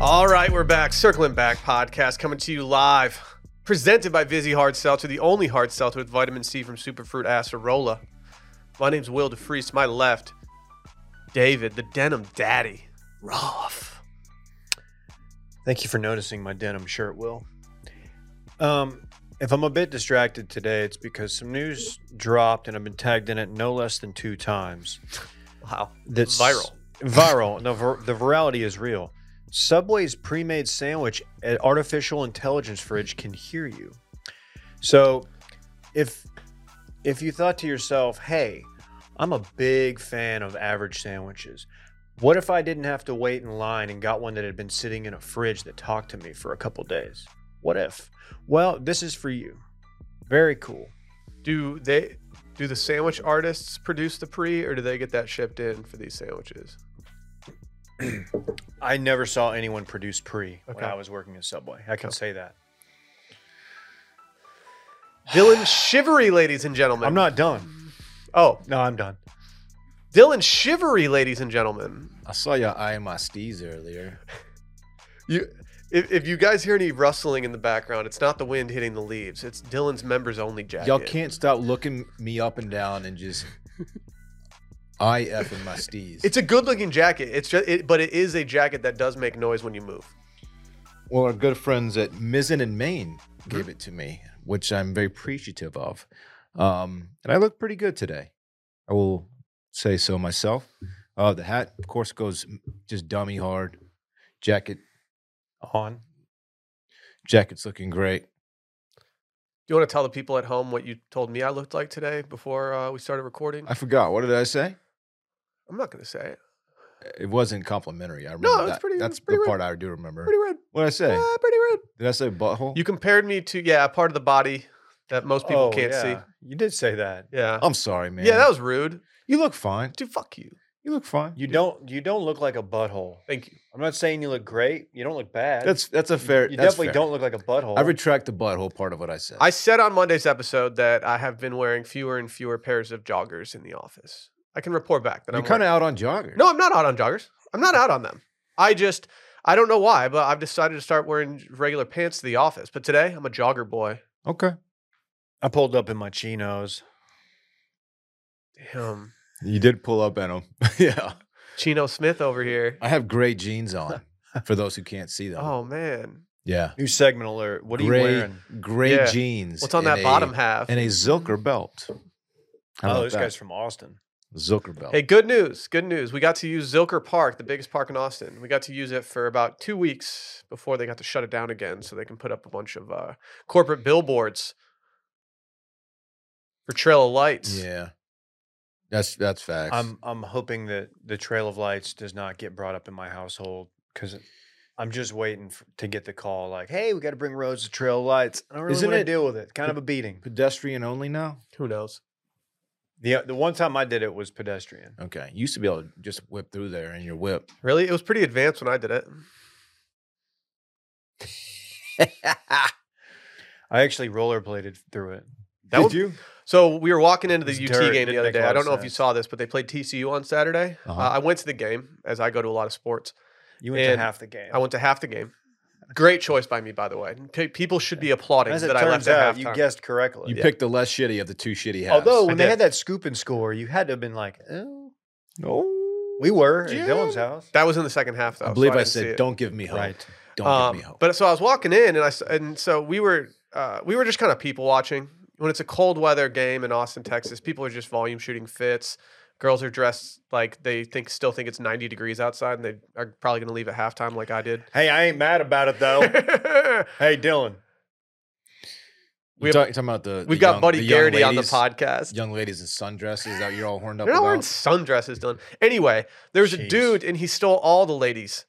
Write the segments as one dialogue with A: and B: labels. A: All right, we're back. Circling Back podcast coming to you live, presented by Vizzy Hard Seltzer, the only hard seltzer with vitamin C from Superfruit Acerola. My name's Will DeFreeze. To my left, David, the denim daddy, Rolf. Thank you for noticing my denim shirt, Will.
B: Um, if I'm a bit distracted today, it's because some news dropped and I've been tagged in it no less than two times.
A: Wow,
B: That's
A: viral.
B: Viral. No, vir- the virality is real. Subway's pre-made sandwich at artificial intelligence fridge can hear you. So, if if you thought to yourself, "Hey, I'm a big fan of average sandwiches. What if I didn't have to wait in line and got one that had been sitting in a fridge that talked to me for a couple days? What if?" Well, this is for you. Very cool.
A: Do they? Do the sandwich artists produce the pre, or do they get that shipped in for these sandwiches?
B: I never saw anyone produce pre when
A: Okay.
B: I was working at Subway. I can
A: Okay.
B: say that.
A: Dylan Shivery, ladies and gentlemen.
B: I'm not done.
A: Oh,
B: No, I'm done.
A: Dylan Shivery, ladies and gentlemen.
C: I saw y'all eyeing my steez earlier.
A: You, if, if you guys hear any rustling in the background, it's not the wind hitting the leaves. It's Dylan's members only jacket.
C: Y'all can't stop looking me up and down and just eye effing my steez.
A: It's a good-looking jacket. It's just, it, but it is a jacket that does make noise when you move.
C: well, our good friends at Mizzen and Maine gave it to me, which I'm very appreciative of. Um, and I look pretty good today. I will say so myself. Uh, the hat, of course, goes just dummy hard. Jacket,
B: On.
C: jacket's looking great.
A: Do you want to tell the people at home what you told me I looked like today before uh, we started recording?
C: I forgot. What did I say?
A: I'm not going to say it.
C: It wasn't complimentary. I remember
A: it's
C: that.
A: pretty-
C: That's
A: it's pretty
C: the
A: red.
C: part I do remember.
A: Pretty red.
C: What did I say?
A: Ah, pretty red.
C: Did I say butthole?
A: You compared me to yeah, a part of the body that most people
B: Oh,
A: can't
B: yeah. You did say that.
A: see. Yeah.
C: I'm sorry, man.
A: yeah, that was rude.
C: You look fine.
A: Dude, fuck you.
C: You look fine.
B: You don't. You don't look like a butthole.
A: Thank you.
B: I'm not saying you look great. You don't look bad.
C: that's that's a fair.
B: you
C: that's
B: definitely
C: fair.
B: don't look like a butthole.
C: I retract the butthole part of what I said.
A: I said on Monday's episode that I have been wearing fewer and fewer pairs of joggers in the office. I can report back that
C: You're
A: I'm
C: kind of out on jogger.
A: wearing- no, I'm not out on joggers. I'm not out on them. I just I don't know why, but I've decided to start wearing regular pants to the office. But today I'm a jogger boy.
C: Okay.
B: I pulled up in my chinos.
A: Damn,
C: You did pull up at him. yeah.
A: Chino Smith over here.
C: I have gray jeans on. For those who can't see them.
A: Oh man,
C: Yeah.
B: New segment alert. What are
C: Gray-
B: you wearing?
C: Gray
A: Yeah.
C: jeans.
A: what's on
C: and
A: that
C: a-
A: bottom half?
C: And a Zilker belt. How
B: Oh,
C: about
B: this
C: that?
B: guy's from Austin.
C: Zilker belt.
A: Hey, good news. Good news. We got to use Zilker Park, the biggest park in Austin. We got to use it for about two weeks before they got to shut it down again so they can put up a bunch of uh, corporate billboards for Trail of Lights.
C: Yeah. That's that's facts.
B: I'm. I'm hoping that the Trail of Lights does not get brought up in my household because I'm just waiting for, to get the call like, "Hey, we got to bring roads to Trail of Lights." I don't really
C: Isn't
B: want to
C: it-
B: deal with it. Kind of a beating.
C: pedestrian only now.
A: Who knows?
B: The the one time I did it was pedestrian.
C: Okay. You used to be able to just whip through there in your whip.
A: Really? It was pretty advanced when I did it.
B: I actually rollerbladed through it.
A: That would-
B: you?
A: So we were walking into the
B: It's
A: UT
B: dirt.
A: game
B: It
A: the other
B: makes a
A: day. I
B: lot
A: don't
B: of
A: know if you
B: sense.
A: saw this, but they played TCU on Saturday. uh
C: Uh-huh.
A: I went to the game, as I go to a lot of sports.
B: You went
A: And
B: to half the game.
A: I went to half the game. Great choice by me, by the way. Pe- People should be applauding
B: As it
A: that I left
B: turns
A: at
B: out,
A: halftime.
B: you guessed correctly.
C: You picked the less shitty of the two shitty halves.
B: Although when
A: I
B: they
A: did.
B: had that scoop and score, you had to have been like, "Oh,
C: no.
B: we were
C: Yeah.
B: at Dylan's house."
A: That was in the second half, though.
C: I
A: so
C: believe I
A: didn't see
C: said,
A: it.
C: "Don't give me hope. Don't
A: Um,
C: give me hope."
A: But so I was walking in, and I s- and so we were uh, we were just kind of people watching. When it's a cold weather game in Austin, Texas, people are just volume shooting fits. Girls are dressed like they think still think it's 90 degrees outside, and they are probably going to leave at halftime, like I did.
B: Hey, I ain't mad about it though. hey, Dylan,
C: we
A: we
C: are
A: have-
C: talking about the
A: We've
C: the
A: got
C: young-
A: Buddy
C: the young
A: Garrity on the
C: ladies-
A: podcast.
C: Young ladies in sundresses that you're all horned up
A: They're not wearing
C: about.
A: sundresses, Dylan. Anyway, there was a
B: Jeez.
A: dude and he stole all the ladies.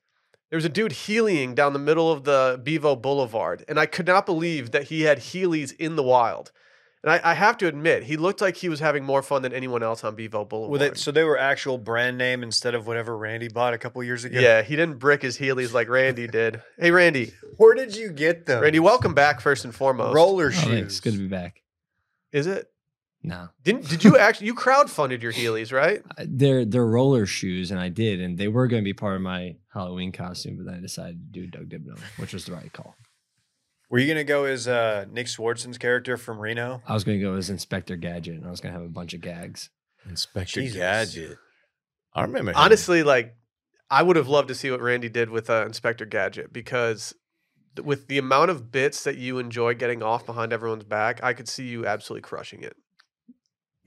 A: There was a dude healing down the middle of the Bevo Boulevard, and I could not believe that he had Heelys in the wild. And I, I have to admit, he looked like he was having more fun than anyone else on Bevo Boulevard.
B: with it, so they were actual brand name instead of whatever Randy bought a couple years ago.
A: yeah, he didn't brick his Heelys like Randy did. Hey, Randy.
B: Where did you get them?
A: Randy, welcome back, first and foremost.
B: roller
D: Oh,
B: shoes.
D: thanks. Good to be back.
A: Is it?
D: No,
A: Didn't did you actually you crowdfunded your Heelys, right?
D: I- they're they're roller shoes, and I did, and they were going to be part of my Halloween costume, but then I decided to do Doug Dibnall, which was the right call.
B: Were you gonna go as uh, Nick Swartzen's character from Reno?
D: I was going to go as Inspector Gadget, and I was going to have a bunch of gags.
C: Inspector
B: Jesus.
C: Gadget. I remember. him.
A: Honestly, like I would have loved to see what Randy did with uh, Inspector Gadget because th- with the amount of bits that you enjoy getting off behind everyone's back, I could see you absolutely crushing it.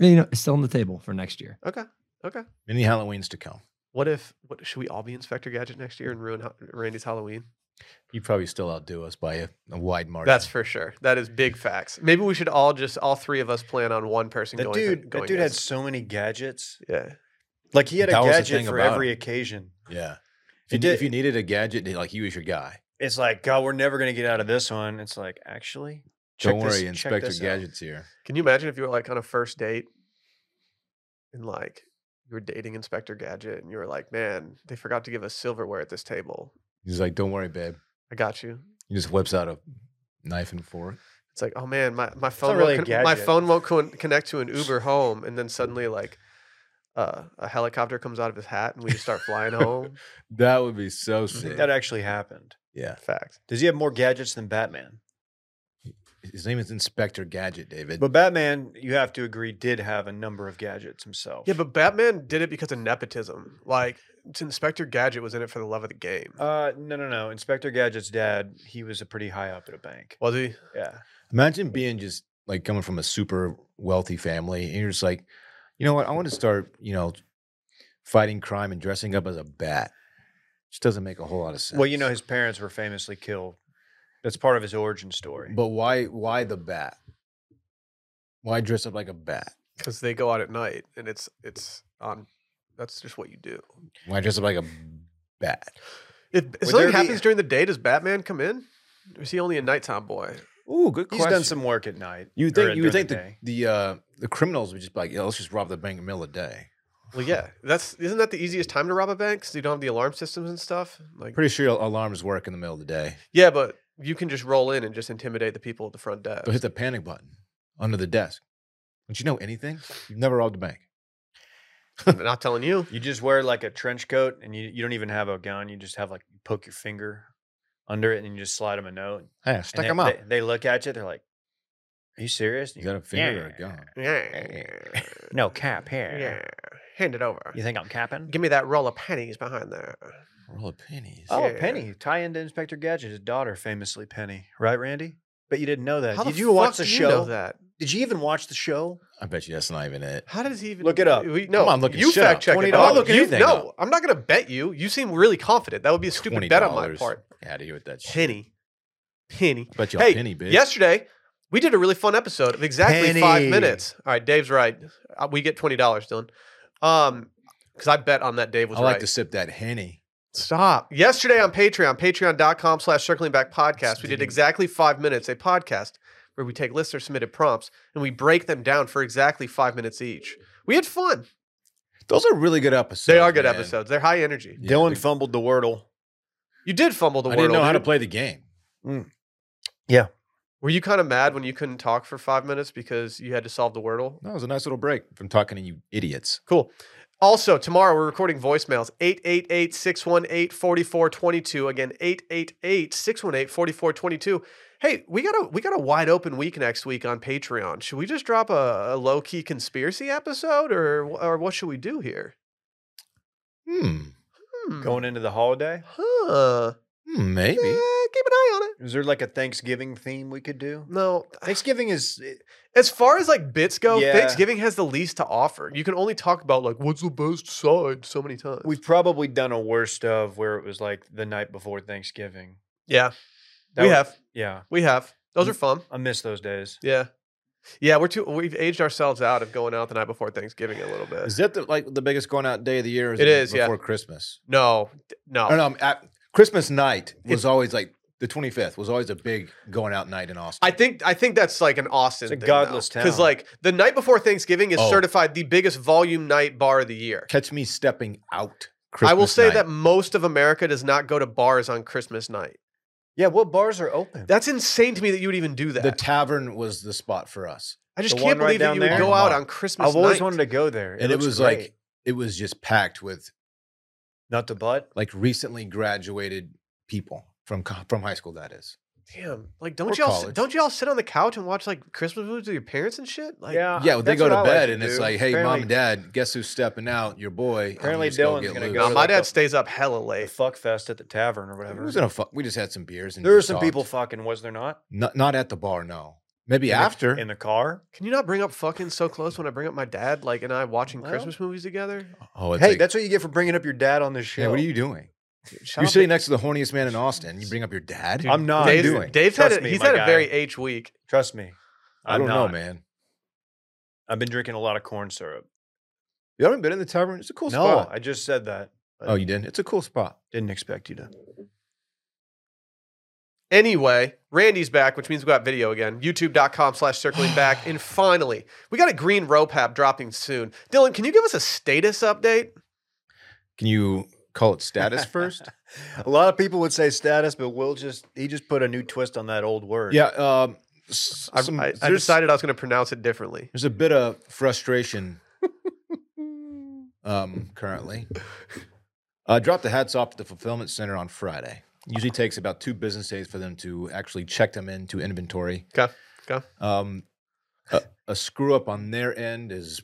D: You know, it's still on the table for next year.
A: Okay. Okay.
C: many Halloweens to come.
A: What if what should we all be Inspector Gadget next year and ruin Ha- Randy's Halloween?
C: You probably still outdo us by a, a wide margin.
A: That's for sure. That is big facts. Maybe we should all just all three of us plan on one person
B: That
A: going.
B: dude,
A: going
B: that dude had
A: as-
B: so many gadgets.
A: yeah.
B: Like he had
C: That
B: a
C: was the
B: gadget
C: thing
B: for
C: about
B: every occasion.
C: yeah. If
B: He
C: you, did,
B: did-
C: if you needed a gadget, like he was your guy.
B: It's like, God, we're never gonna get out of this one. It's like, actually,
C: Don't
B: check this-
C: worry,
B: check
C: Inspector
B: this out.
C: Gadget's here.
A: Can you imagine if you were like on a first date and like you were dating Inspector Gadget and you were like, man, they forgot to give us silverware at this table.
C: He's like, "Don't worry, babe."
A: I got you.
C: He just whips out a knife and fork.
A: It's like, oh man, my, my phone
B: really a
A: won't con- my
B: gadget.
A: phone won't con- connect to an Uber home, and then suddenly like uh, a helicopter comes out of his hat and we just start flying home.
C: That would be so sick.
B: That actually happened.
C: yeah.
A: Fact.
B: Does he have more gadgets than Batman?
C: His name is Inspector Gadget, David.
B: But Batman, you have to agree, did have a number of gadgets himself.
A: Yeah, but Batman did it because of nepotism. Like Inspector Gadget was in it for the love of the game.
B: uh, no, no, no. Inspector Gadget's dad, he was a pretty high up at a bank.
A: Was he?
B: Yeah,
C: Imagine being just like coming from a super wealthy family, and you're just like, you know what? I want to start, you know, fighting crime and dressing up as a bat. Just doesn't make a whole lot of sense.
B: Well, you know, his parents were famously killed. That's part of his origin story.
C: But why? Why the bat? Why dress up like a bat?
A: Because they go out at night and it's it's on. That's just what you do.
C: Why dress up like a bat?
A: If, if
B: Would
A: something
B: there be-
A: happens during the day, does Batman come in? Or is he only a nighttime boy?
C: Ooh, good
B: he's done some work at night. or
C: You would think you would
B: during
C: think
B: the
C: the
B: day.
C: the, uh, the criminals would just be like, yeah, let's just rob the bank in the middle of the day.
A: Well, yeah. That's isn't that the easiest time to rob a bank? 'Cause you don't have the alarm systems and stuff. Like,
C: Pretty sure alarms work in the middle of the day.
A: yeah, but you can just roll in and just intimidate the people at the front desk.
C: They'll hit the panic button under the desk. Don't you know anything? You've never robbed a bank.
A: I'm not telling you.
B: you just wear like a trench coat and you, you don't even have a gun. You just have like you poke your finger under it and you just slide them a note. And
C: Hey, stick
B: they,
C: them up.
B: They, they look at you. They're like, "Are you serious?" And
C: you
B: you
C: got a finger or a
B: "Yeah."
C: gun?
A: Yeah.
B: No cap here.
A: Yeah. Hand it over.
B: You think I'm capping?
A: Give me that roll of pennies behind there.
C: Roll of pennies.
B: Oh,
A: Yeah.
B: Penny, tie into Inspector Gadget, his daughter, famously Penny, right, Randy? But you didn't know that.
A: How
B: Did
A: the
B: you watch
A: fuck
B: the
A: do
B: show?
A: You know that?
B: Did you even watch the show?
C: I bet you that's not even it.
A: How does he even
B: Look it up.
A: We, no,
C: Come on, look it
A: you
C: shit
A: fact
C: up.
A: check it.
B: $20.
A: I'll
B: Look
A: you-
C: anything
A: No,
C: up.
A: I'm not going to bet you. You seem really confident. That would be a stupid bet on my part.
C: Out of here with that shit.
A: Penny, penny.
C: I bet you
A: Hey,
C: a penny, bitch.
A: Yesterday, we did a really fun episode of exactly five
B: Penny.
A: minutes. All right, Dave's right. Uh, We get twenty dollars, Dylan. Um, because I bet on that Dave was
C: I like
A: right.
C: to sip that henny.
A: Stop. Yesterday on Patreon, patreon.com slash circling back podcast, we did exactly five minutes, a podcast where we take listener submitted prompts and we break them down for exactly five minutes each. We had fun.
C: Those are really good episodes.
A: They are good
C: man.
A: episodes. They're high energy.
C: Yeah,
B: Dylan
C: they-
B: fumbled the Wordle.
A: Mm-hmm. You did fumble the
C: I
A: word.
C: didn't know how to play the game.
A: Were you kind of mad when you couldn't talk for five minutes because you had to solve the wordle?
C: That was a nice little break from talking to you idiots.
A: Cool. Also, tomorrow we're recording voicemails 888 618 4422. Again, 888 618 4422. Hey, we got a we got a wide open week next week on Patreon. Should we just drop a, a low key conspiracy episode, or or what should we do here?
C: Hmm.
A: Hmm.
B: Going into the holiday?
A: huh.
C: Hmm,
A: Eh, keep
C: Maybe.
A: an eye on it.
B: Is there like a Thanksgiving theme we could do?
A: No,
B: Thanksgiving is eh, it-
A: as far as like bits go,
B: Yeah.
A: Thanksgiving has the least to offer. You can only talk about like what's the best side so many times.
B: we've probably done a worst of where it was like the night before Thanksgiving.
A: yeah,
B: That
A: we
B: would-
A: have
B: Yeah.
A: we have those are fun.
B: I miss those days.
A: Yeah. Yeah, we're too we've aged ourselves out of going out the night before Thanksgiving a little bit.
C: Is that the, like the biggest going out day of the year? Or
A: It is, yeah. Oh.
C: before Christmas.
A: No. d-
C: I
A: No.
C: don't know. At, Christmas night was always like the 25th was always a big going out night in Austin.
A: I think I think that's like an Austin
B: It's a godless
A: Cuz
B: town.
A: like the night before Thanksgiving is
C: Oh.
A: certified the biggest volume night bar of the year.
C: Catch me stepping out. Christmas
A: I will say
C: night.
A: that most of America does not go to bars on Christmas night.
B: Yeah, what bars are open?
A: That's insane to me that you would even do that.
C: the tavern was the spot for us.
A: I just
B: The
A: can't
B: one right
A: believe that
B: down
A: you
B: there?
A: would go out
B: Wow.
A: on Christmas.
B: I've always
A: night.
B: wanted to go there,
C: and it
B: looks
C: was
B: great.
C: like it was just packed with
B: not the butt.
C: like recently graduated people from co- from high school. That is.
A: Damn, like don't
C: Or
A: y'all sit,
C: college.
A: don't y'all sit on the couch and watch like Christmas movies with your parents and shit? Like,
C: yeah, well, they
B: Uh, that's
C: go
B: what
C: to
B: I like
C: bed and it's
B: do.
C: like, hey, mom
B: Apparently-
C: and dad, guess who's stepping out? Your boy. and
B: Apparently
C: we just go
B: Dylan's
C: get
B: gonna
C: loose.
B: go
A: Nah,
B: to
A: my
B: like
A: dad
B: the-
A: stays up hella
B: the
A: late.
B: fuck fest at the tavern or
C: It
B: whatever.
C: was in a fu- we just had some beers and
B: there were
C: just
B: some
C: talked.
B: people fucking, was there not?
C: not, not at the bar. No, maybe
B: In the-
C: after.
B: in the car.
A: Can you not bring up fucking so close when I bring up my dad, like, and I watching
B: Well-
A: Christmas movies together?
C: oh, it's
B: Hey,
C: like,
B: that's what you get for bringing up your dad on this show.
C: yeah. What are you doing?
A: Shut
C: You're
A: up.
C: sitting next to the horniest man in Austin. You bring up your dad.
A: Dude,
B: I'm not
C: Dave's-
B: doing.
A: Dave's
B: Trust
A: had a,
B: me,
A: he's
B: my
A: had a
B: guy.
A: very H week.
B: Trust me.
C: I
B: I'm
C: don't know,
B: not.
C: man.
B: I've been drinking a lot of corn syrup.
C: You haven't been in the tavern. It's a cool
B: no,
C: spot.
B: I just said that. but
C: oh, you didn't. It's a cool spot.
B: didn't expect you to.
A: Anyway, Randy's back, which means we got video again. YouTube.com slash circling back. And finally, we got a green rope app dropping soon. Dylan, can you give us a status update?
C: Can you call it status first?
B: a lot of people would say status, but Will just he just put a new twist on that old word.
C: yeah. Um, s-
A: I,
C: some-
A: I- I
C: there's-
A: decided I was going to pronounce it differently.
C: There's a bit of frustration um, currently. Uh, drop the hats off at the fulfillment center on Friday. Usually takes about two business days for them to actually check them into inventory.
A: Okay, okay.
C: Um, a, a screw up on their end is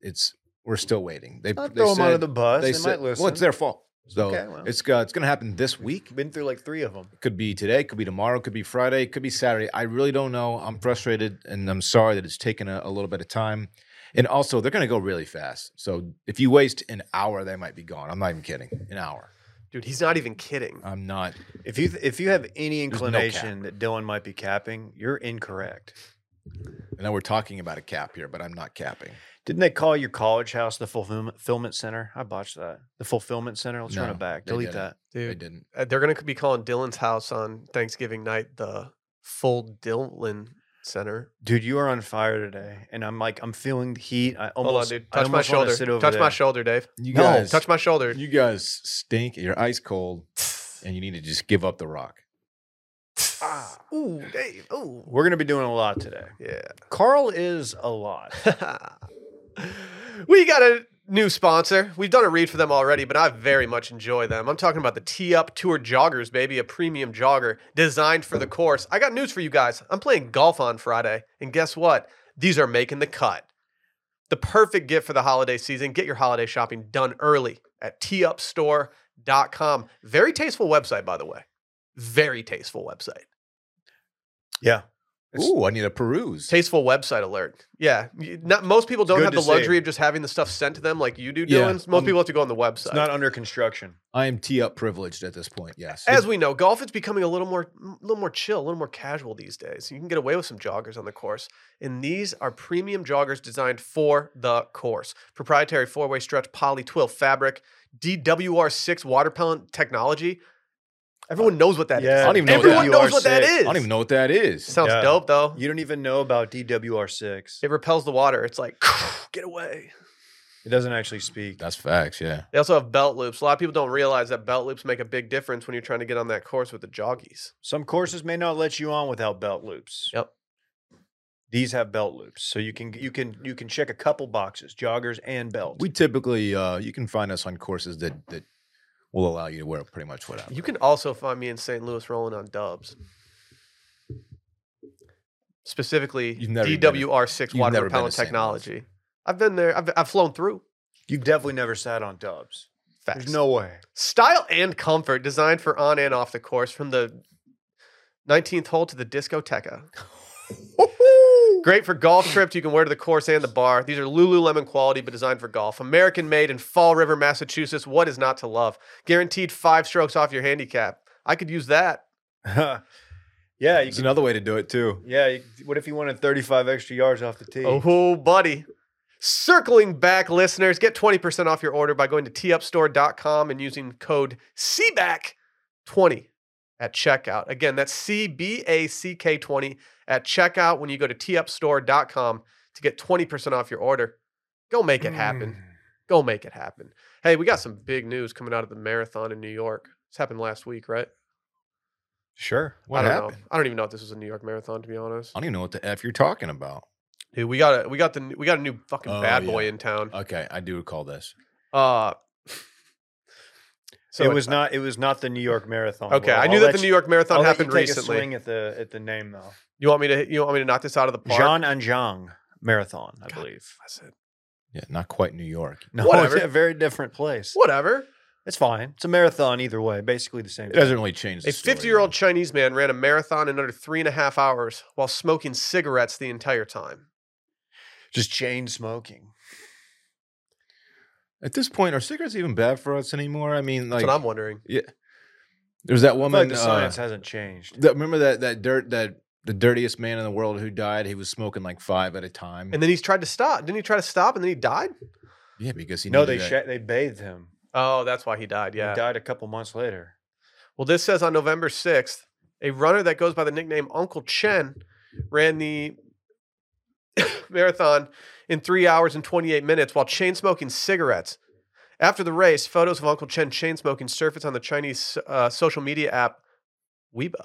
C: it's we're still waiting. They,
B: Not
C: they
B: throw
C: said,
B: them under the bus. They,
C: they
B: might
C: said-
B: listen.
C: Well, it's their fault. So
B: Okay, well.
C: it's uh, it's going to happen this week.
B: Been through like three of them.
C: Could be today. Could be tomorrow. Could be Friday. Could be Saturday. I really don't know. I'm frustrated, and I'm sorry that it's taken a, a little bit of time. And also, they're going to go really fast. So if you waste an hour, they might be gone. I'm not even kidding. An hour.
A: Dude, he's not even kidding.
B: Uh,
C: I'm not.
B: If you if you have any
C: There's no
B: inclination that Dylan might be capping, you're incorrect.
C: I know we're talking about a cap here, but I'm not capping.
B: Didn't they call your college house the fulfillment fulfillment center? I botched that. The fulfillment center. Let's run
C: No,
B: it back.
C: they
B: Delete
C: didn't.
B: that.
C: I
A: Dude,
C: didn't.
A: uh, they're going to be calling Dylan's house on Thanksgiving night the full Dylan Center.
B: Dude, you are on fire today, and I'm like, I'm feeling the heat. I
A: Hold on,
B: almost,
A: dude. Touch
B: I
A: my
B: almost wanna
A: shoulder.
B: sit over
A: Touch my
B: there.
A: shoulder, Dave.
C: You
B: No,
C: guys.
A: Touch my shoulder.
C: You guys stink. You're ice cold, and you need to just give up the rock.
B: Ah.
A: Ooh, Dave. Ooh.
B: We're gonna be doing a lot today.
A: Yeah.
B: Carl is a lot.
A: we got a new sponsor. We've done a read for them already, but I very much enjoy them. I'm talking about the Tee Up Tour Joggers, baby, a premium jogger designed for the course. I got news for you guys. I'm playing golf on Friday, and guess what? These are making the cut. The perfect gift for the holiday season. Get your holiday shopping done early at teeupstore.com. Very tasteful website, by the way. Very tasteful website.
B: Yeah. It's-
C: Ooh, I need a peruse.
A: Tasteful website alert. Yeah, You- not, most people don't
B: good
A: have the
B: to see.
A: luxury of just having the stuff sent to them like you do, Dylan.
C: Yeah,
A: Most
C: um,
A: people have to go on the
B: It's
A: website.
B: not under construction.
C: I am tee up privileged at this point. Yes.
A: As we know, golf is becoming a little more, a little more chill, a little more casual these days. You can get away with some joggers on the course, and these are premium joggers designed for the course. Proprietary four-way stretch poly twill fabric, DWR6 water repellent technology. Everyone knows what that is.
B: yeah, I
C: Uh, don't even know what
A: Everyone
B: that-
A: knows what that
B: DWR6.
A: is.
C: I don't even know what that is.
A: Sounds
B: Yeah.
A: dope though.
B: You don't even know about DWR6.
A: It repels the water. It's like get away.
B: It doesn't actually speak.
C: That's facts. Yeah.
A: They also have belt loops. A lot of people don't realize that belt loops make a big difference when you're trying to get on that course with the joggies.
B: Some courses may not let you on without belt loops.
A: Yep.
B: These have belt loops, so you can you can you can check a couple boxes: joggers and belt.
C: We typically, uh, you can find us on courses that that will allow you to wear pretty much whatever.
A: You can also find me in St. Louis rolling on dubs. Specifically,
C: You've never been to-
A: DWR6
C: you've
A: water
C: never been to
A: repellent
C: St. Louis.
A: technology. I've been there. I've, I've flown through.
B: You've definitely never sat on dubs.
A: Facts.
B: There's no way.
A: Style and comfort designed for on and off the course from the 19th hole to the discoteca. Great for golf trips. You can wear to the course and the bar. These are Lululemon quality, but designed for golf. American made in Fall River, Massachusetts. What is not to love? Guaranteed five strokes off your handicap. I could use that.
B: yeah, you
C: It's
B: can,
C: another way to do it too.
B: yeah. You, what if you wanted 35 extra yards off the tee?
A: Oh, buddy. Circling back, listeners, get 20% off your order by going to tupstore.com and using code CBACK20 at checkout. Again, that's C B A C K 20 at checkout when you go to tupstore.com to get 20% off your order. Go make it
C: Hmm.
A: happen. Go make it happen. Hey, we got some big news coming out of the marathon in New York. This happened last week, right?
C: Sure.
A: I
C: What
A: don't
C: happened?
A: know. I don't even know if this was a New York marathon, to be honest.
C: I don't even know what the f you're talking about.
A: Dude, we got a we got the we got a new fucking
C: Oh,
A: bad boy
C: yeah.
A: in town.
C: Okay, I do recall this.
A: Uh,
B: it was not. It was not the New York Marathon.
A: okay.
B: Will.
A: I
B: oh, I'll
A: knew that
B: let
A: the
B: you-
A: New York Marathon
B: I'll let you
A: happened
B: take
A: recently.
B: A swing at the at the name though.
A: You want me to you want me to knock this out of the park?
B: John and Zhang Marathon, I
A: God.
B: believe.
A: I said,
C: Yeah, not quite New York.
B: No,
A: Whatever.
B: it's a very different place.
A: whatever.
B: It's fine. It's a marathon either way. Basically the same.
C: It
B: thing.
C: doesn't really change. The
A: A
C: story,
A: 50 year old
C: though.
A: Chinese man ran a marathon in under three and a half hours while smoking cigarettes the entire time.
B: Just chain smoking.
C: At this point, are cigarettes even bad for us anymore? I mean,
A: That's
C: like
A: what I'm wondering.
C: there's that
B: I feel
C: woman.
B: like the
C: uh,
B: science hasn't changed.
C: that- remember that that dirt that the dirtiest man in the world who died. He was smoking like five at a time.
A: And then he's tried to stop. Didn't he try to stop and then he died?
C: yeah, because he
B: No,
C: needed
B: they
C: that-
B: sha- they bathed him.
A: Oh, that's why he died. Yeah.
B: He died a couple months later.
A: Well, this says on November 6th, a runner that goes by the nickname Uncle Chen ran the marathon in three hours and 28 minutes while chain smoking cigarettes. After the race, photos of Uncle Chen chain smoking surfaced on the Chinese uh, social media app Weibo.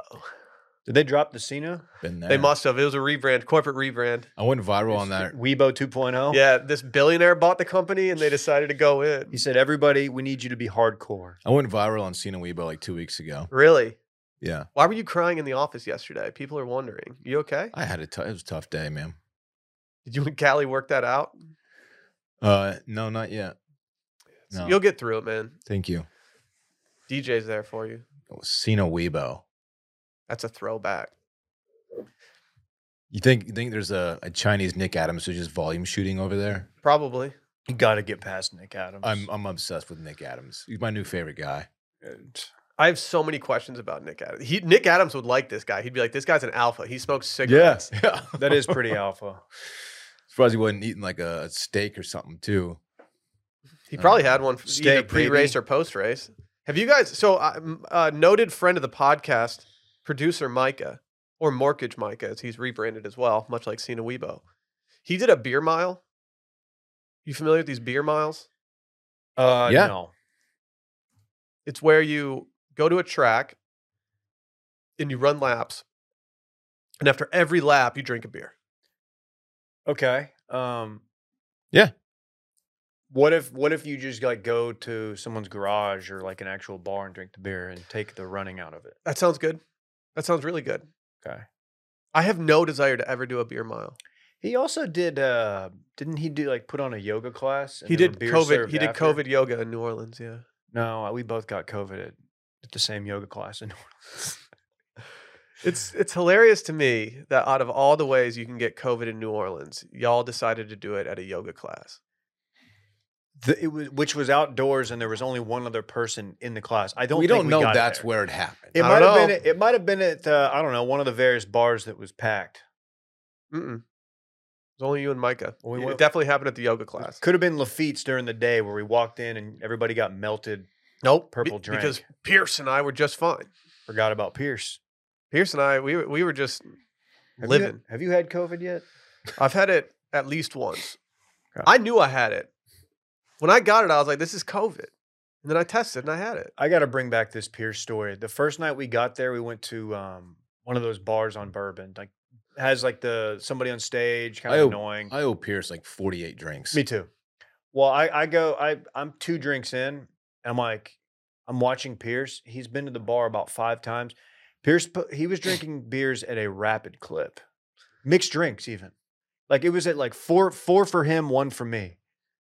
B: Did they drop the Cena?
C: been there.
A: They must have. It was a rebrand, corporate rebrand.
C: I went viral on that.
B: Weibo 2.0.
A: Yeah, this billionaire bought the company and they decided to go in.
B: He said, "Everybody, we need you to be hardcore."
C: I went viral on Cena Weibo like two weeks ago.
A: Really?
C: Yeah,
A: Why were you crying in the office yesterday? People are wondering. You okay?
C: I had a tou- it was a tough day, man.
A: Did you and Callie work that out?
C: Uh, no, not yet. No,
A: You'll get through it, man.
C: thank you.
A: DJ's there for you.
C: Cena Oh, Weibo.
A: That's a throwback.
C: You think you think there's a, a Chinese Nick Adams who's just volume shooting over there?
A: Probably.
B: You got to get past Nick Adams.
C: I'm I'm obsessed with Nick Adams. He's my new favorite guy.
A: I have so many questions about Nick Adams. He, Nick Adams would like this guy. He'd be like, this guy's an alpha. He smokes cigarettes.
C: yeah.
B: That is pretty alpha.
C: Surprised he wasn't eating like a steak or something too.
A: He probably had one either
B: Steak,
A: pre-race
B: baby.
A: or post-race. Have you guys? So, uh, m- uh, noted friend of the podcast, producer Micah, or Mortgage Micah, as he's rebranded as well, much like Cena Weibo. He did a beer mile. You familiar with these beer miles?
B: Uh,
C: Yeah.
B: No.
A: It's where you go to a track and you run laps, and after every lap, you drink a beer.
B: Okay. Um.
C: Yeah.
B: What if What if you just like go to someone's garage or like an actual bar and drink the beer and take the running out of it?
A: That sounds good. That sounds really good.
B: Okay.
A: I have no desire to ever do a beer mile.
B: He also did. uh Didn't he do like put on a yoga class? and
A: he
B: there were
A: did
B: beers
A: COVID.
B: served
A: He did
B: after?
A: COVID yoga in New Orleans. Yeah.
B: No, I- we both got COVID at, at the same yoga class in New Orleans.
A: It's it's hilarious to me that out of all the ways you can get COVID in New Orleans, y'all decided to do it at a yoga class.
B: The, it was, which was outdoors, and there was only one other person in the class. I don't.
C: we
B: think
C: don't know
B: got
C: that's
B: there.
C: where it happened.
B: It
A: I
B: might
A: don't
B: have been.
A: know.
B: at- It might have been at. Uh, I don't know. One of the various bars that was packed.
A: Mm-mm. It was only you and Micah.
B: Well, we
A: it
B: went-
A: definitely happened at the yoga class.
B: Could have been Lafitte's during the day where we walked in and everybody got melted.
A: Nope.
B: Purple
A: Because
B: drink.
A: Pierce and I were just fine.
B: Forgot about Pierce.
A: Pierce and I, we were- we were just
B: Have you-
A: living.
B: have you had COVID yet?
A: I've had it at least once.
B: Okay.
A: I knew I had it. When I got it, I was like, "This is COVID," and then I tested and I had it.
B: I got to bring back this Pierce story. The first night we got there, we went to um, one of those bars on Bourbon, like has like the somebody on stage, kind
C: I
B: of
C: hope-
B: annoying.
C: I owe Pierce like 48 drinks.
B: Me too. Well, I, I go, I, I'm two drinks in. And I'm like, I'm watching Pierce. He's been to the bar about five times. Pierce, put, he was drinking beers at a rapid clip, mixed drinks even. Like it was at like four, four for him, one for me.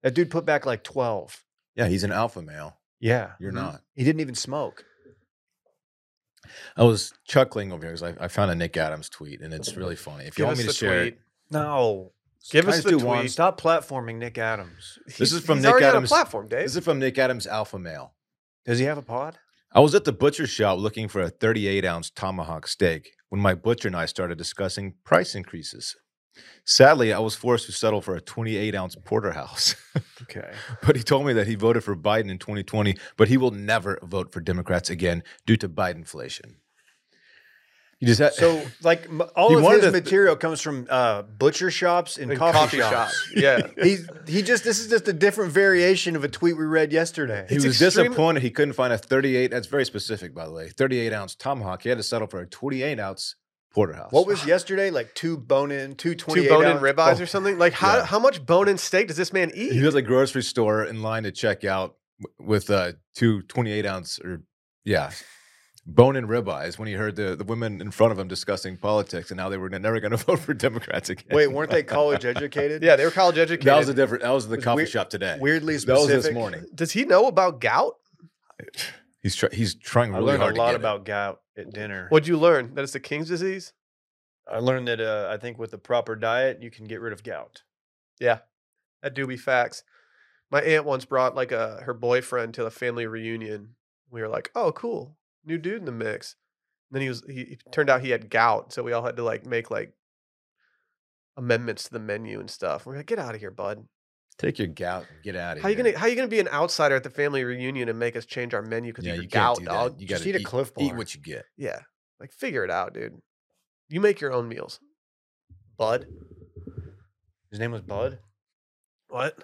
B: That dude put back like twelve.
C: Yeah, he's an alpha male.
B: Yeah, mm-hmm.
C: You're
A: Mhm.
C: not.
B: he didn't even smoke.
C: I was chuckling over here because I, I found a Nick Adams tweet and it's really funny. If you want me to share it,
B: No,
A: Give us
C: Guys
A: the
C: do
A: tweet.
C: one.
B: stop platforming Nick Adams.
A: He's-
C: This is from
A: he's
C: Nick
A: already on a
C: Adams.
A: platform, Dave.
C: this is from Nick Adams Alpha Male.
B: Does he have a pod?
C: I was at the butcher shop looking for a 38 ounce tomahawk steak when my butcher and I started discussing price increases. Sadly, I was forced to settle for a 28 ounce porterhouse.
B: Okay.
C: but he told me that he voted for Biden in 2020, but he will never vote for Democrats again due to Bidenflation. You just had,
B: So, like, m- all
C: He
B: of
C: wanted
B: his
C: to-
B: material comes from uh, butcher shops and,
A: In
B: coffee, shops.
A: Yeah.
B: He's he just this is just a different variation of a tweet we read yesterday.
C: he
A: it's
C: was
A: extreme-
C: disappointed he couldn't find a 38. That's very specific, by the way. 38 ounce tomahawk. He had to settle for a 28 ounce Porterhouse.
B: What was yesterday? Like two bone in, two twenty
A: Two bone-in ribeyes or something. Like how
C: Yeah.
A: how much bone-in steak does this man
C: He
A: eat?
C: was at the grocery store in line to check out w- with uh, two 28 ounce or, yeah, bone and ribeyes when he heard the, the women in front of him discussing politics and how they were never going to vote for Democrats again.
B: Oh, Wait, weren't they college educated?
A: Yeah, they were college educated.
C: That was a different. That was the
B: was
C: coffee
B: weird-
C: shop today.
B: weirdly
C: That was
B: specific.
C: this morning.
A: does he know about gout?
C: He's try, he's trying
B: I
C: really
B: learned
C: hard.
B: a lot
C: to get
B: about gout at dinner.
A: What'd you learn? That it's the king's disease?
B: I learned that uh, I think with the proper diet, you can get rid of gout.
A: That do be facts. My aunt once brought like a her boyfriend to the family reunion. We were like, "Oh, cool, new dude in the mix." And then he was he it turned out he had gout, so we all had to like make like amendments to the menu and stuff. We're like, "Get out of here, bud!
C: it. Take your gout and get out of
A: How
C: here.
A: you gonna how you gonna be an outsider at the family reunion and make us change our menu because
C: Yeah,
A: of your
C: you can't
A: gout,
C: do
A: dog?
C: that. You
B: Just
C: gotta
B: eat a Clif
C: Eat
B: Bar.
C: what you get.
A: Yeah, like figure it out, dude. You make your own meals, bud.
B: His name was Bud.
A: What?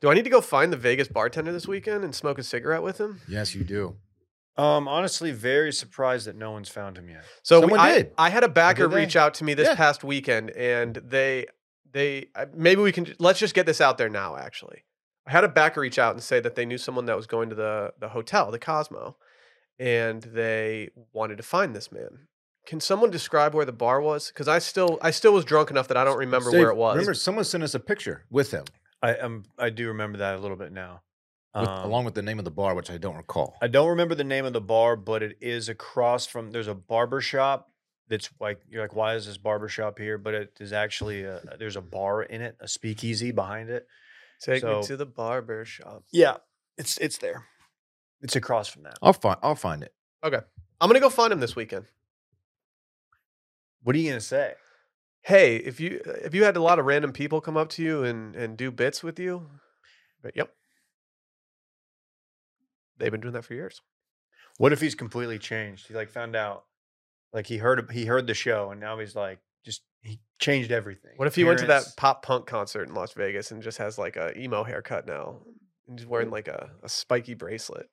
A: Do I need to go find the Vegas bartender this weekend and smoke a cigarette with him?
C: Yes, you do. Mm-hmm.
B: Um, honestly, very surprised that no one's found him yet.
A: So we,
C: Someone
A: I,
C: did.
A: I had a backer
C: Did they?
A: reach out to me this
C: Yeah.
A: past weekend, and they they I- maybe we can let's just get this out there now. Actually, I had a backer reach out and say that they knew someone that was going to the the hotel, the Cosmo, and they wanted to find this man. Can someone describe where the bar was? Because I still I still was drunk enough that I don't remember
C: Dave,
A: where it was.
C: Remember, someone sent us a picture with him,
B: I um, I do remember that a little bit now.
C: with,
B: Um,
C: along with the name of the bar, which I don't recall.
B: I don't remember the name of the bar, but it is across from. There's a barber shop that's like you're like, why is this barber shop here? But it is actually a, there's a bar in it, a speakeasy behind it.
A: Take
B: so-
A: me to the barber shop.
B: Yeah, it's it's there. It's across from that.
C: I'll find. I'll find it.
A: I'm gonna go find him this weekend.
B: What are you gonna say?
A: Hey, if you uh, if you had a lot of random people come up to you and and do bits with you, but yep, they've been doing that for years.
B: What if he's completely changed? He like found out, like he heard he heard the show, and now he's like just he changed everything.
A: What if he went to that
B: Appearance.
A: pop punk concert in Las Vegas and just has like a emo haircut now, and he's wearing like a, a spiky bracelet,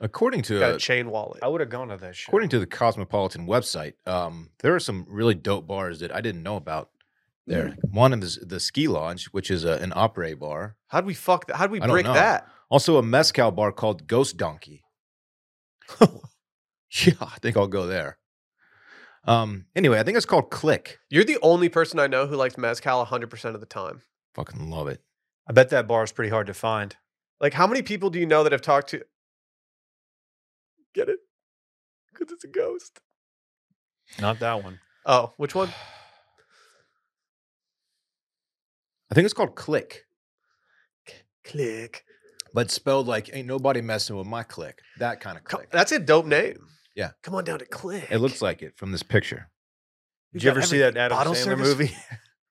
C: According to
A: got
C: uh,
A: a chain wallet.
B: I would have gone to that show.
C: according to the Cosmopolitan website, um, there are some really dope bars that I didn't know about. There, one of them is the Ski Lodge, which is a, an opera bar.
A: How'd we fuck that? How'd we
C: I don't
A: break
C: know.
A: that?
C: Also, a mezcal bar called Ghost Donkey. yeah, I think I'll go there. Um. Anyway, I think it's called Click.
A: You're the only person I know who likes mezcal 100% of the time.
C: Fucking love it.
B: I bet that bar is pretty hard to find.
A: Like, how many people do you know that have talked to? Get it? Because it's a ghost.
B: Not that one.
A: Oh, which one?
C: I think it's called Click,
A: Click.
C: but spelled like ain't nobody messing with my click. That kind of
A: Co-
C: click.
A: That's a dope name.
C: Yeah.
A: Come on down to Click.
C: it looks like it from this picture.
B: Did you ever see that Adam Sandler movie?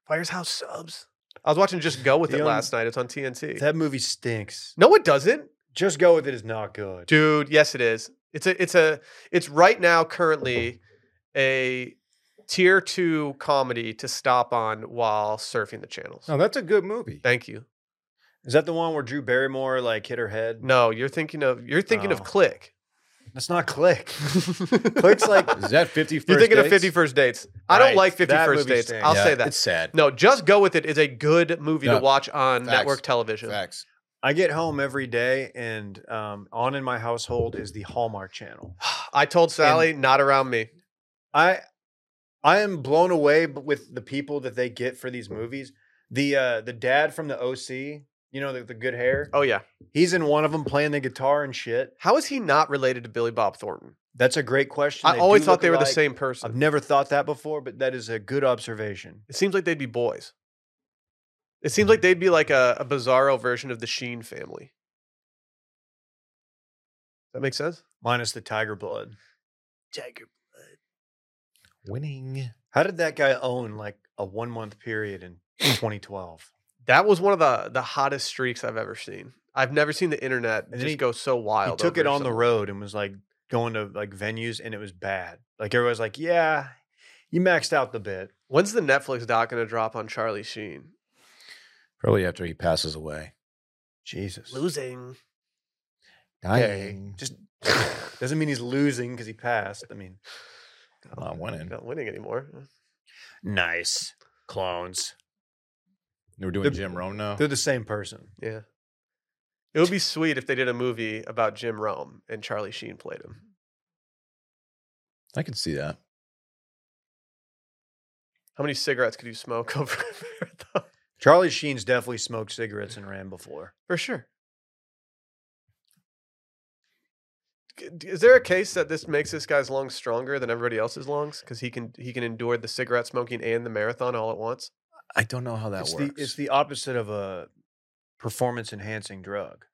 A: Fire's House Subs. I was watching Just Go with
B: You
A: It
B: don't-
A: last night. It's on TNT.
B: that movie stinks.
A: no, it doesn't,
B: Just go with it is not good.
A: dude. Yes, it is. It's a. It's a. It's right now currently a tier two comedy to stop on while surfing the channels.
B: Oh.
C: No, that's a good movie.
A: Thank you.
B: Is that the one where Drew Barrymore like hit her head?
A: No, you're thinking of you're thinking of
B: Oh.
A: Click.
B: That's not Click.
A: Click's
B: like-
C: Is that 50
A: you're
C: First
A: thinking of
C: Dates?
A: Fifty First Dates. I don't
B: Right,
A: like Fifty
B: that
A: First
B: movie
A: Dates.
B: stinks.
A: I'll
C: Yeah,
A: say that.
C: It's sad.
A: No, just go with it is a good movie
C: No.
A: to watch on
C: Facts.
A: network television.
C: Facts.
B: I get home every day, and um, on in my household is the Hallmark Channel.
A: I told Sally, not around me.
B: I I am blown away b- with the people that they get for these movies. The uh, the dad from the OC, you know, the, the good hair.
A: Oh yeah.
B: He's in one of them playing the guitar and shit.
A: How is he not related to Billy Bob Thornton?
B: That's a great question.
A: I
B: They
A: always
B: do
A: thought
B: look
A: they were the
B: alike.
A: same
B: I've
A: person.
B: never thought that before, but that is a good observation.
A: It seems like they'd be boys. It seems like they'd be like a, a bizarro version of the Sheen family. That makes sense.
B: Minus the tiger blood.
A: Tiger.
C: Winning.
B: How did that guy own like a one month period in 2012?
A: That was one of the the hottest streaks I've ever seen. I've never seen the internet
B: then
A: just
B: he-
A: go so
B: He
A: wild.
B: took
A: over
B: it on the
A: someone.
B: road and was like going to like venues and it was bad. Like everyone was like, yeah, you maxed out the bit.
A: When's the Netflix doc gonna drop on Charlie Sheen?
C: Probably after he passes away.
B: Jesus.
A: Losing.
B: Okay. Just doesn't mean he's losing because he passed. I mean,
C: I'm not winning.
A: Not winning anymore.
B: Nice clones.
C: We're doing
B: The-
C: Jim Rome
A: Oh.
C: now.
B: They're the same person.
A: Yeah. It would be sweet if they did a movie about Jim Rome and Charlie Sheen played him.
C: I can see that.
A: How many cigarettes could you smoke over a marathon?
B: Charlie Sheen's definitely smoked cigarettes and ran before.
A: For sure. G- d- Is there a case that this makes this guy's lungs stronger than everybody else's lungs because he can he can endure the cigarette smoking and the marathon all at once?
C: I don't know how that
B: it's
C: works.
B: the it's the opposite of a performance enhancing drug.